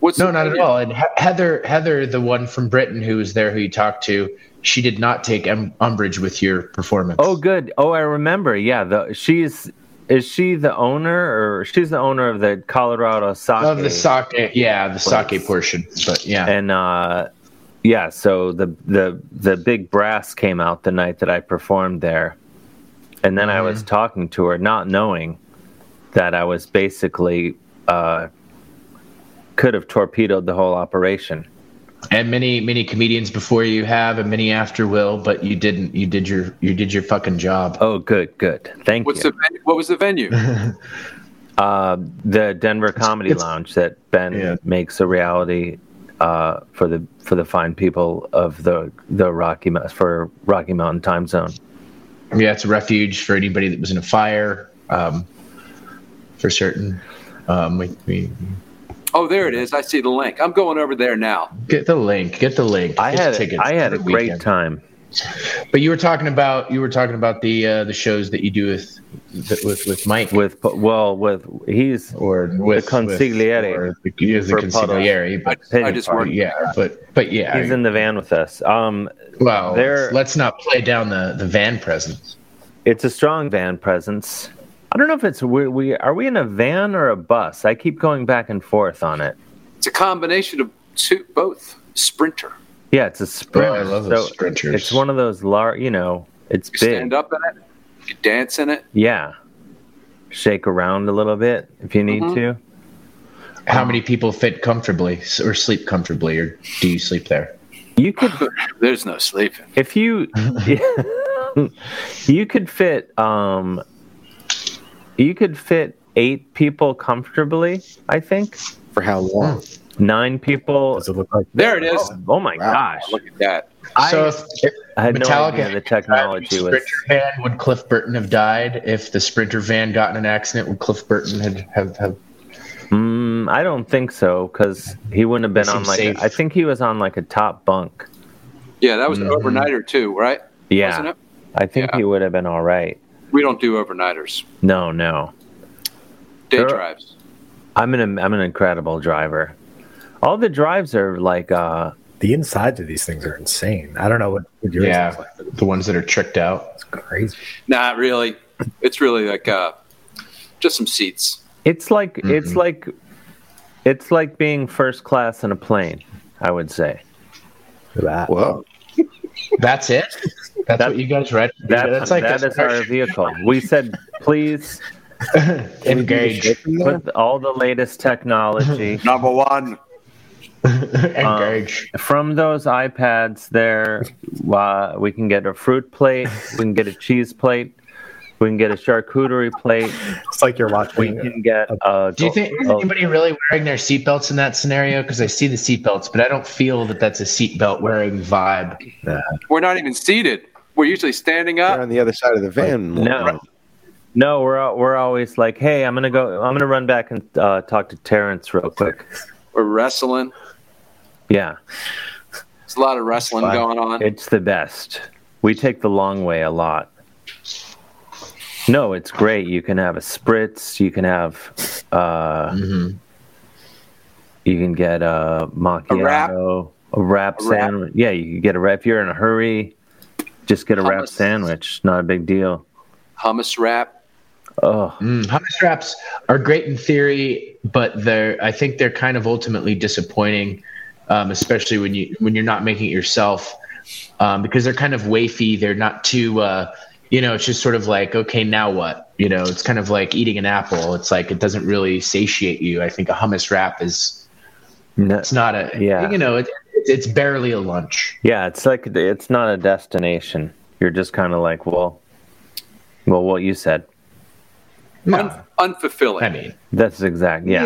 What's
no, not at all. And He- Heather, Heather, the one from Britain who was there, who you talked to, she did not take um, umbrage with your performance.
Oh, good. Oh, I remember. Yeah, the she's is she the owner or she's the owner of the Colorado sake
of the sake, yeah, the sake portion. But yeah,
and uh, yeah. So the the the big brass came out the night that I performed there, and then I was
Mm-hmm.
talking to her, not knowing that I was basically uh, could have torpedoed the whole operation.
and many many comedians before you have, and many after will, but you didn't. You did your you did your fucking job.
Oh, good, good. Thank
What's
you.
the venue? What was the venue?
Uh, the Denver Comedy Lounge that Ben makes a reality uh, for the for the fine people of the the Rocky Mo- for Rocky Mountain time zone.
Yeah, it's a refuge for anybody that was in a fire, um, for certain. Um, we, we
Oh, there it is. I see the link. I'm going over there now.
get the link. Get the link.
I
Get
had- I had
for the
a great
time.
But you were talking about you were talking about the uh, the shows that you do with that- with with Mike
with well with he's or
with
the consigliere
or the- he is the
for Puddle.
consigliere, but I just work- yeah, but- but yeah.
he's in the van with us. Um,
Well,
there,
let's not play down the the van presence.
It's a strong van presence. I don't know if it's we, we are we in a van or a bus. I keep going back and forth on it.
It's a combination of two, both. Sprinter.
Yeah, it's a
Oh,
sprinter.
I love those
sprinters. It's one of those large, you know, it's
You
big.
stand up in it. You dance in it.
Yeah, shake around a little bit if you need
Mhm.
to.
How many people fit comfortably s- or sleep comfortably, or do you sleep there?
[laughs]
You could.
There's no sleeping.
If you, [laughs] you could fit, um, you could fit eight people comfortably. I think.
For how long?
Nine people.
There it is.
Oh, oh my gosh!
Look at that.
So
I,
if, if
I had
Metallica
no idea the technology was.
Sprinter van, would Cliff Burton have died? If the Sprinter van got in an accident, would Cliff Burton had have, have
Mm, I don't think so because he wouldn't have been
Seems
on like.
safe.
I think he was on like a top bunk.
Yeah, that was an overnighter too, right?
Yeah,
Wasn't it?
I think he would have been all right.
We don't do overnighters.
No, no.
Day
There-
drives.
I'm an I'm an incredible driver. All the drives are like uh
the insides of these things are insane. I don't know what, what yours
Yeah,
is like.
the ones that are tricked out.
It's crazy.
Not really. It's really like uh, just some seats.
it's like
Mm-hmm.
it's like it's like being first class in a plane, I would say.
Whoa.
That's it. That's what you guys read.
That,
that's like
that is
[laughs]
our vehicle. We said please [laughs]
engage.
Put all the latest
[laughs]
technology.
Number one.
Um, Engage. from those iPads there, uh, we can get a fruit plate, we can get a cheese plate, we can get a charcuterie plate.
It's like you're watching.
[laughs]
We can get a.
Do you think is
a-
anybody really wearing their seatbelts in that scenario? Because I see the seatbelts, but I don't feel that that's a seatbelt wearing vibe.
We're not even seated. We're usually standing up.
on the other side of the van.
No. No, we're al- we're always like, hey, I'm gonna go. I'm gonna run back and uh, talk to Terrence real quick.
We're wrestling.
Yeah,
There's a lot of wrestling going on.
it's the best. We take the long way a lot. No, it's great. You can have a spritz. You can have. Uh, You can get a macchiato, a wrap, sandwich. Yeah, you can get a wrap. If you're in a hurry, just get a wrap sandwich. Not a big deal.
Hummus wrap.
Oh,
Mm, hummus wraps are great in theory, but they're I think they're kind of ultimately disappointing, um, especially when you when you're not making it yourself, um, because they're kind of wafy. They're not too, uh, you know, it's just sort of like okay, now what? You know, it's kind of like eating an apple. It's like it doesn't really satiate you. I think a hummus wrap is
it's
not a
yeah.
you know it, it's it's barely a lunch.
Yeah, it's like it's not a destination. You're just kind of like, well, well, what you said.
Unfulfilling.
I mean,
That's exact. Yeah.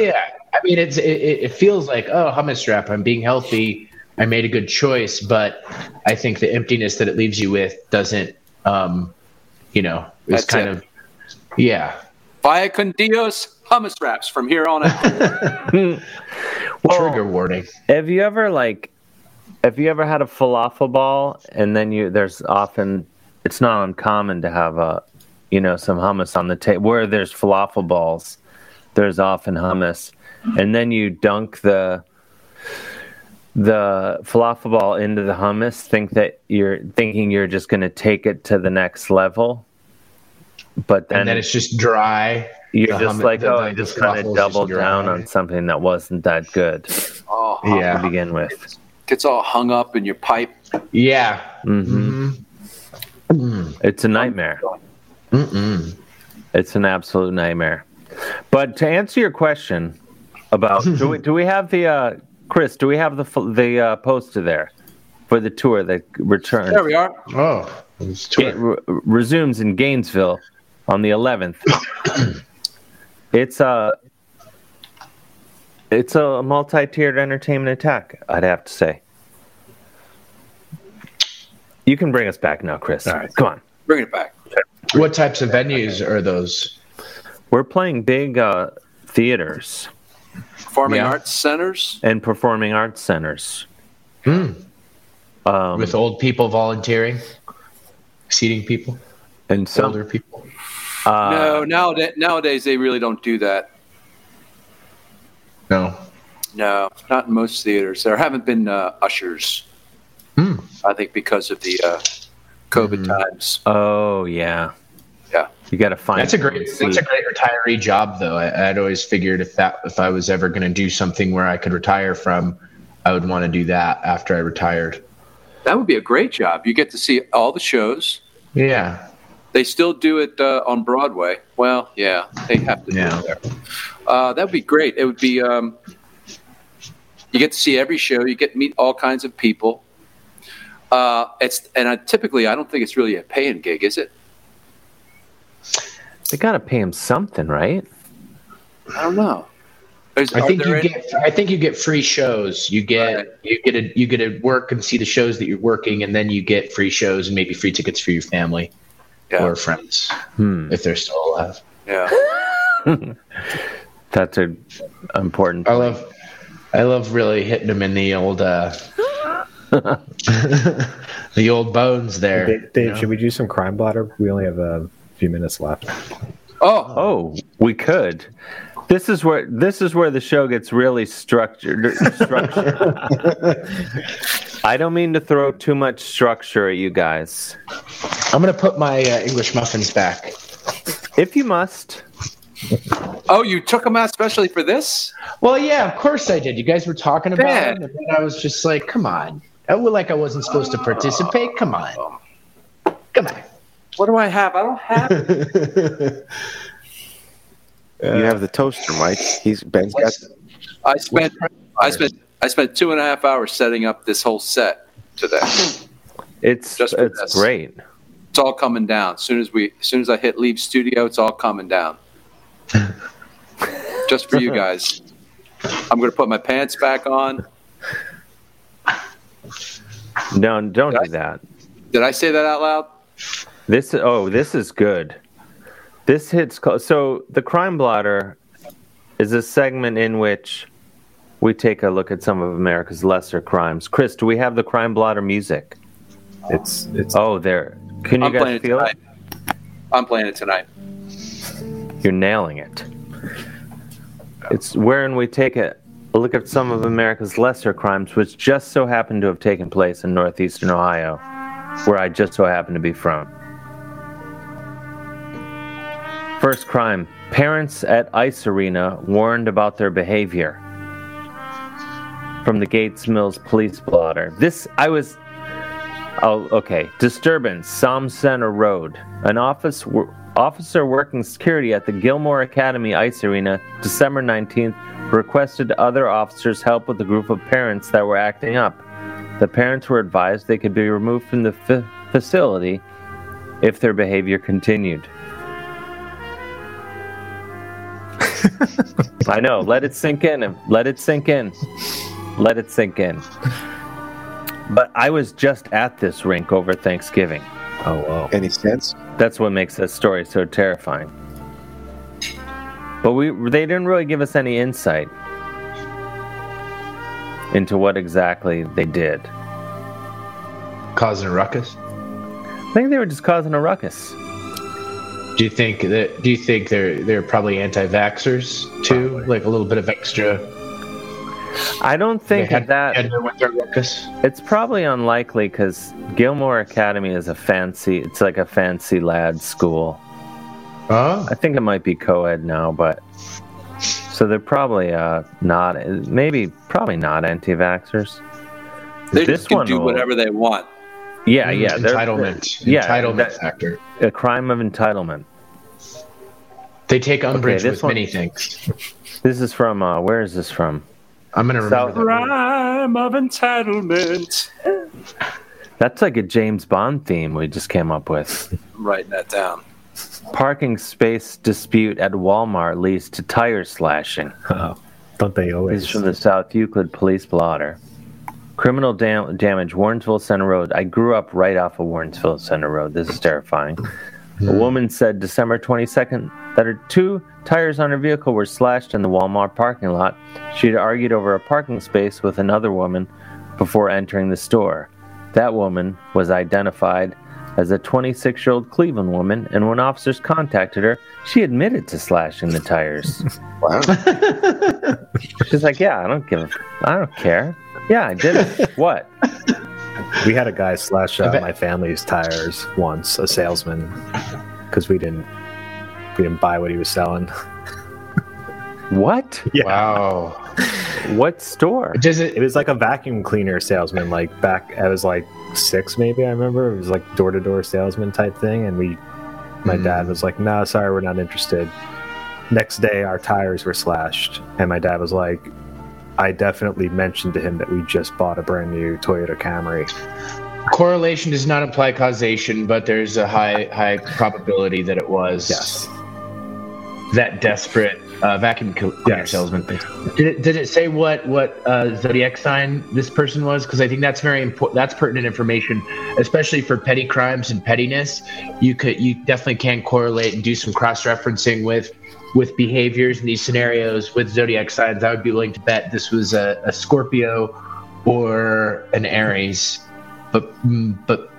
I mean, it's it, it it feels like oh hummus wrap. I'm being healthy. I made a good choice, but I think the emptiness that it leaves you with doesn't, um, you know, is
That's
kind
it.
of yeah.
Via con Dios hummus wraps from here
[laughs]
on out.
Trigger warning.
Have you ever like, have you ever had a falafel ball and then you there's often it's not uncommon to have a, you know, some hummus on the table where there's falafel balls, there's often hummus, and then you dunk the the falafel ball into the hummus, think that you're thinking you're just going to take it to the next level, but then,
And, then it's just dry.
you're
The
just
hum-
like,
the-
oh,
the-
I
the
just kind
falafel
of
is just
doubled
dry.
down on something that wasn't that good
Oh,
to begin with.
Gets all hung up in your pipe.
Yeah.
hmm It's a nightmare.
Mm-mm.
It's an absolute nightmare. But to answer your question about do [laughs] we do we have the uh, Chris? Do we have the f- the uh, poster there for the tour that returns?
There we are.
Oh,
It re- resumes in Gainesville [coughs] on the 11th. it's uh It's a multi-tiered entertainment attack. I'd have to say. You can bring us back now, Chris. All right, come on.
Bring it back.
What types of venues are those?
We're playing big uh, theaters
Performing arts centers.
and performing arts centers.
Hmm.
Um,
With old people volunteering, seating people,
and some uh,
older people.
Uh,
no, nowadays, nowadays they really don't do that.
No.
No, not in most theaters. There haven't been uh, ushers.
Hmm.
I think because of the uh, COVID times.
Oh yeah,
yeah.
You got to find.
That's a great.
someone
That's
to
a great retiree job, though. I, I'd always figured if that if I was ever going to do something where I could retire from, I would want to do that after I retired.
That would be a great job. You get to see all the shows.
Yeah.
They still do it uh, on Broadway. Well, yeah, they have to do it there. Uh, that would be great. It would be. Um, you get to see every show. You get to meet all kinds of people. Uh, it's and I, typically I don't think it's really a paying gig, is it?
They got to pay him something, right?
I don't know. Is-
I
are
think
there any-
you get. I think you get free shows. You get you get a, you get to work and see the shows that you're working, and then you get free shows and maybe free tickets for your family or friends if they're still alive.
Yeah.
That's a important.
I love. I love really hitting them in the old.
[laughs]
Uh, [laughs] the old bones there.
Dave, Dave, should we do some crime blotter? We only have a few minutes left.
[laughs] Oh,
oh, we could. This is where this is where the show gets really structured.
[laughs]
structured. I don't mean to throw too much structure at you guys.
I'm gonna put my uh, English muffins back.
If you must.
Oh, you took them out especially for this?
Well, yeah, of course I did. You guys were talking about
Dad.
it, and then I was just like, "Come on!" I was like I wasn't supposed to participate. Come on, come on.
What do I have? I don't have.
[laughs]
you have the toaster, Mike. He's Ben's got.
I spent I spent I spent two and a half hours setting up this whole set today.
It's it's great.
It's all coming down. As soon as we as soon as I hit leave studio, it's all coming
[laughs]
down. Just for you guys. I'm gonna put my pants back on.
No, don't do that.
Did I say that out loud?
This oh, this is good. This hits close. So the crime blotter is a segment in which we take a look at some of America's lesser crimes. Chris, do we have the crime blotter music?
It's it's
oh there. Can you
I'm playing it
guys feel it?
tonight. I'm playing it tonight.
You're nailing it. It's wherein we take a, a look at some of America's lesser crimes, which just so happen to have taken place in northeastern Ohio, where I just so happen to be from. First crime parents at Ice Arena warned about their behavior. From the Gates Mills police blotter. This, I was Oh, okay. Disturbance, Som Center Road. An office wor- officer working security at the Gilmore Academy Ice Arena, December 19th, requested other officers help with a group of parents that were acting up. The parents were advised they could be removed from the fa- facility if their behavior continued. I know. Let it sink in. Let it sink in. Let it sink in. But I was just at this rink over Thanksgiving. Oh, wow.
Any sense?
That's what makes that story so terrifying. But we they didn't really give us any insight into what exactly they did.
Causing a ruckus.
I think they were just causing a ruckus.
Do you think that? Do you think they're they're probably anti-vaxxers too? Like a little bit of extra.
I don't think that It's probably unlikely because Gilmore Academy is a fancy. It's like a fancy lad school.
Oh.
I think it might be co-ed now, but so they're probably uh, not. Maybe probably not anti-vaxxers.
They just can do
will-
whatever they want.
Yeah,
Mm,
yeah. they're-
entitlement.
yeah,
Entitlement
factor. A crime of entitlement.
They take umbrage
this
with many things.
This is from. Uh, where is this from?
I'm gonna remember that
Crime of entitlement.
That's like a James Bond theme we just came up with.
I'm writing that down.
Parking space dispute at Walmart leads to tire slashing.
Don't they always?
This is from the South Euclid Police Blotter. Criminal dam- damage, Warrensville Center Road. I grew up right off of Warrensville Center Road. This is terrifying. A woman said December 22nd that her two tires on her vehicle were slashed in the Walmart parking lot. She had argued over a parking space with another woman before entering the store. That woman was identified as a 26 year old Cleveland woman, and when officers contacted her, she admitted to slashing the tires. wow. She's like, Yeah, I don't give a, I don't care. Yeah, I did it. what?
We had a guy slash
I
uh,
bet-
my family's tires once, a salesman, because we didn't we didn't buy what he was selling.
What?
Wow.
What store?
Does it? It was like a vacuum cleaner salesman. Like back, I was like six, maybe. I remember it was like door to door salesman type thing, and we, my
Hmm.
dad was like, "No, sorry, we're not interested." Next day, our tires were slashed, and my dad was like, "I definitely mentioned to him that we just bought a brand new Toyota Camry."
Correlation does not imply causation, but there's a high high probability that it was yes. that desperate uh, vacuum cl- cleaner salesman. Did it, did it say what what uh, zodiac sign this person was? Because I think that's very important. That's pertinent information, especially for petty crimes and pettiness. You could you definitely can correlate and do some cross referencing with with behaviors in these scenarios with zodiac signs. I would be willing to bet this was a, a Scorpio or an Aries, but mm, but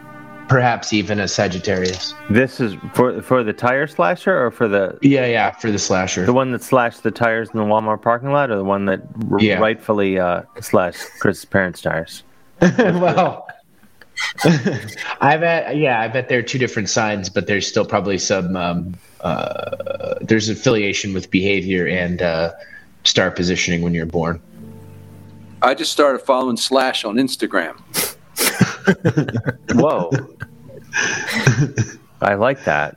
perhaps even a Sagittarius.
This is for for the tire slasher or for the
yeah yeah for the slasher.
The one that slashed the tires in the Walmart parking lot, or the one that r-
Yeah.
rightfully uh, slashed Chris's parents' tires.
[laughs]
well, [laughs] I bet. Yeah, I bet there are two different signs, but there's still probably some. Um, uh, there's affiliation with behavior and uh, star positioning when you're born.
I just started following Slash on Instagram.
Whoa! I like that.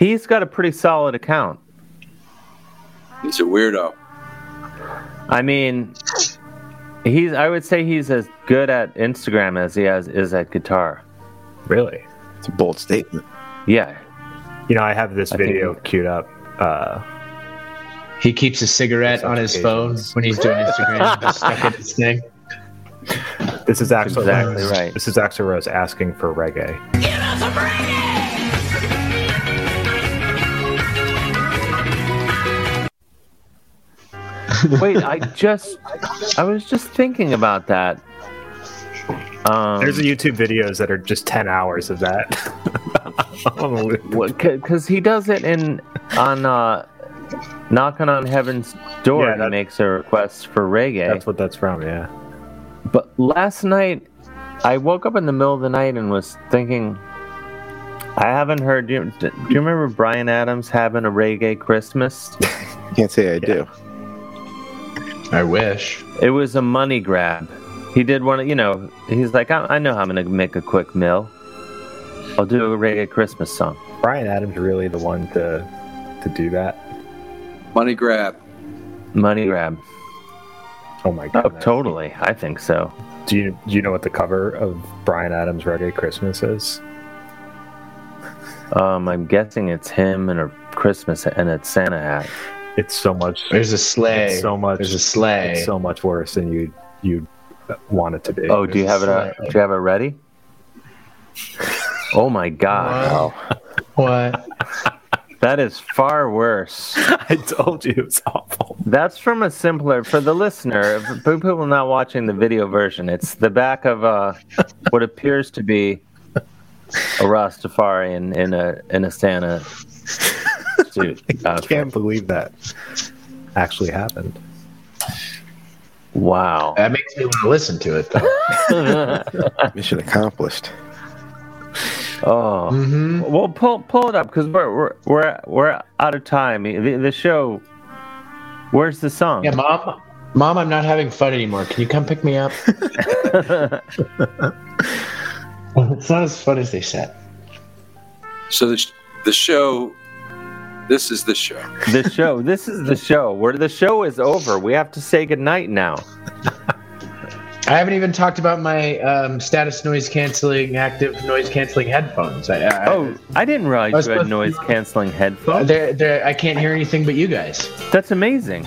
He's got a pretty solid account.
He's a weirdo.
I mean, he's. I would say he's as good at Instagram as he has, is at guitar.
Really?
It's a bold statement. Yeah.
You know, I have this video queued up. Uh,
he keeps a cigarette on his phone when he's doing Instagram, just stuck in his thing.
This is actually
Exactly
right. This is actually Rose asking for reggae.
Wait, I just. I was just thinking about that. Um,
There's YouTube videos that are just ten hours of that. [laughs]
Because he does it in on uh, knocking on heaven's door. he makes a request for reggae. That's
what that's from. Yeah.
But last night, I woke up in the middle of the night and was thinking, I haven't heard. Do you, do you remember Brian Adams having a reggae Christmas?
Can't say I do.
I wish.
It was a money grab. He did one, of- you know, he's like, I, I know how I'm going to make a quick mill. I'll do a reggae Christmas song.
Brian Adams really the one to to do that.
Money grab.
Money grab.
Oh my god.
Oh, totally. I think so.
Do you do you know what the cover of Brian Adams Reggae Christmas is?
Um, I'm guessing it's him and a Christmas and it's Santa hat.
It's so much.
There's a sleigh.
it's so much.
There's a sleigh.
It's so much worse than you you want it to be.
Oh, do you have it? Uh, do you have it [laughs] ready? Oh my god!
What?
That is far worse.
[laughs] I told you it's awful.
That's from a simpler for the listener. For people not watching the video version, it's the back of uh, what appears to be a Rastafari in, in a in a Santa
[laughs]
suit. I
can't believe that actually happened.
Wow.
That makes me want to listen to it though.
Mission accomplished.
Oh,
Mm-hmm.
well, pull pull it up because we're, we're we're we're out of time. The, the show. Where's the song?
yeah, mom. Mom, I'm not having fun anymore. Can you come pick me up? it's not as fun as they said.
So the, sh- the show, this is the show.
[laughs] the show. This is the show. Where the show is over. We have to say goodnight now.
I haven't even talked about my um, status noise canceling, active noise canceling headphones. I, I,
oh, I didn't realize
I was
you had
supposed to-
noise canceling headphones.
They're, they're, I can't hear anything but you guys.
That's amazing.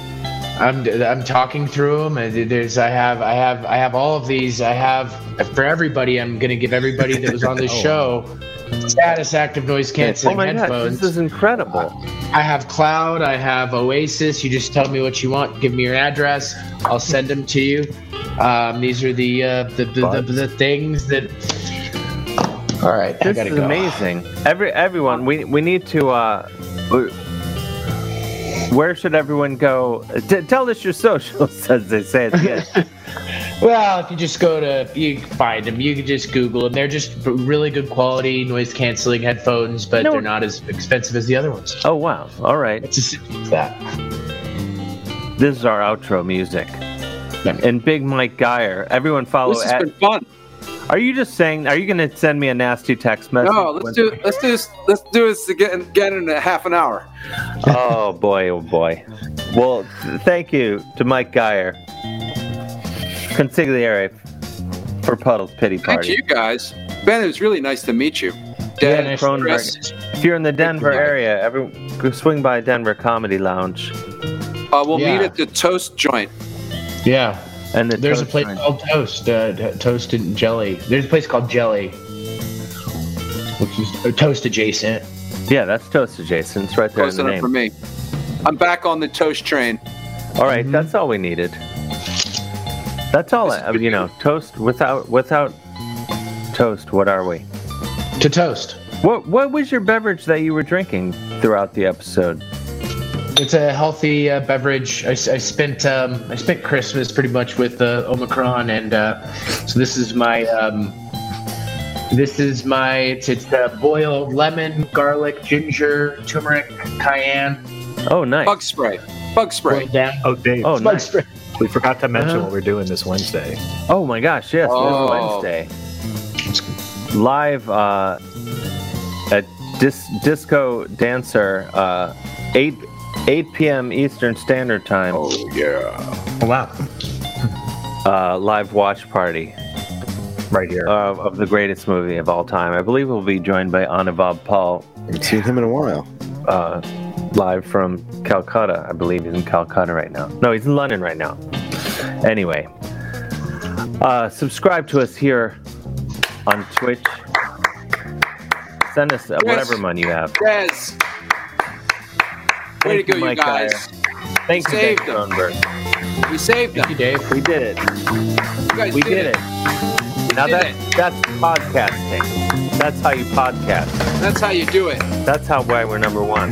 I'm, I'm talking through them. And there's I have I have I have all of these. I have for everybody. I'm gonna give everybody that was on this
[laughs] Oh.
show status active noise canceling
Oh my gosh,
headphones.
this is incredible.
I have Cloud. I have Oasis. You just tell me what you want. Give me your address. I'll send them to you. Um, these are the, uh, the, the, the the things that. All right, I
This
gotta
is
go.
amazing. Every everyone, we we need to. Uh, we- where should everyone go? T- tell us your [laughs] socials, as they say at the end.
[laughs] Well, if you just go to, you can find them. You can just Google them. They're just really good quality noise canceling headphones, but
No.
they're not as expensive as the other ones.
Oh wow! All right. This is our outro music. And Big Mike Geyer. Everyone follow.
This has
at-
been fun.
Are you just saying? Are you going to send me a nasty text message?
No, let's
when-
do let's do this let's do this again again in a half an hour.
oh boy! Oh boy! Well, th- thank you to Mike Geyer, consigliere for Puddle's Pity
Thank
Party.
you guys. Ben, it was really nice to meet you.
Dan
Dan,
Cronenberg.
Chris,
If you're in the Denver area, every go swing by Denver Comedy Lounge.
uh, we'll
Yeah.
meet at the Toast Joint.
Yeah.
And the
There's a
toast
place
joint.
called Toast, uh, t- Toast and Jelly. There's a place called Jelly, which is uh, Toast adjacent.
Yeah, that's toast adjacent. It's right there
Close
in the
enough
name.
for me. I'm back on the Toast train.
All right, that's all we needed. That's all. I, you know, toast without without toast. What are we?
To toast.
What What was your beverage that you were drinking throughout the episode?
It's a healthy uh, beverage. I, s- I spent um, I spent Christmas pretty much with uh, Omicron, and uh, so this is my um, this is my it's, it's uh, boiled lemon, garlic, ginger, turmeric, cayenne.
Oh, nice.
Bug spray. Bug spray.
Oh, Dave.
Oh, nice.
We forgot to mention
Uh-huh.
what we're doing this Wednesday.
Oh my gosh! Yes,
Oh.
this Wednesday, live uh, at Dis- Disco Dancer, uh, eight eight p.m. Eastern Standard Time. Oh yeah!
Wow.
Uh, live watch party.
Right here.
Of, of the greatest movie of all time. I believe we'll be joined by Anubhav Paul.
Haven't seen him in a while.
Uh, live from Calcutta. I believe he's in Calcutta right now. No, he's in London right now. Anyway, uh, subscribe to us here on Twitch. Send us uh, whatever money you have.
Yes. Way
Thank
to go,
you,
you,
Mike uh,
guys.
Thank you, Dave
saved them.
Cronenberg.
We saved them.
Thank you, Dave. We did it.
You guys
we
did
did
it.
it. Now
did
that that's podcasting. That's how you podcast.
That's how you do it.
That's how why we're number one.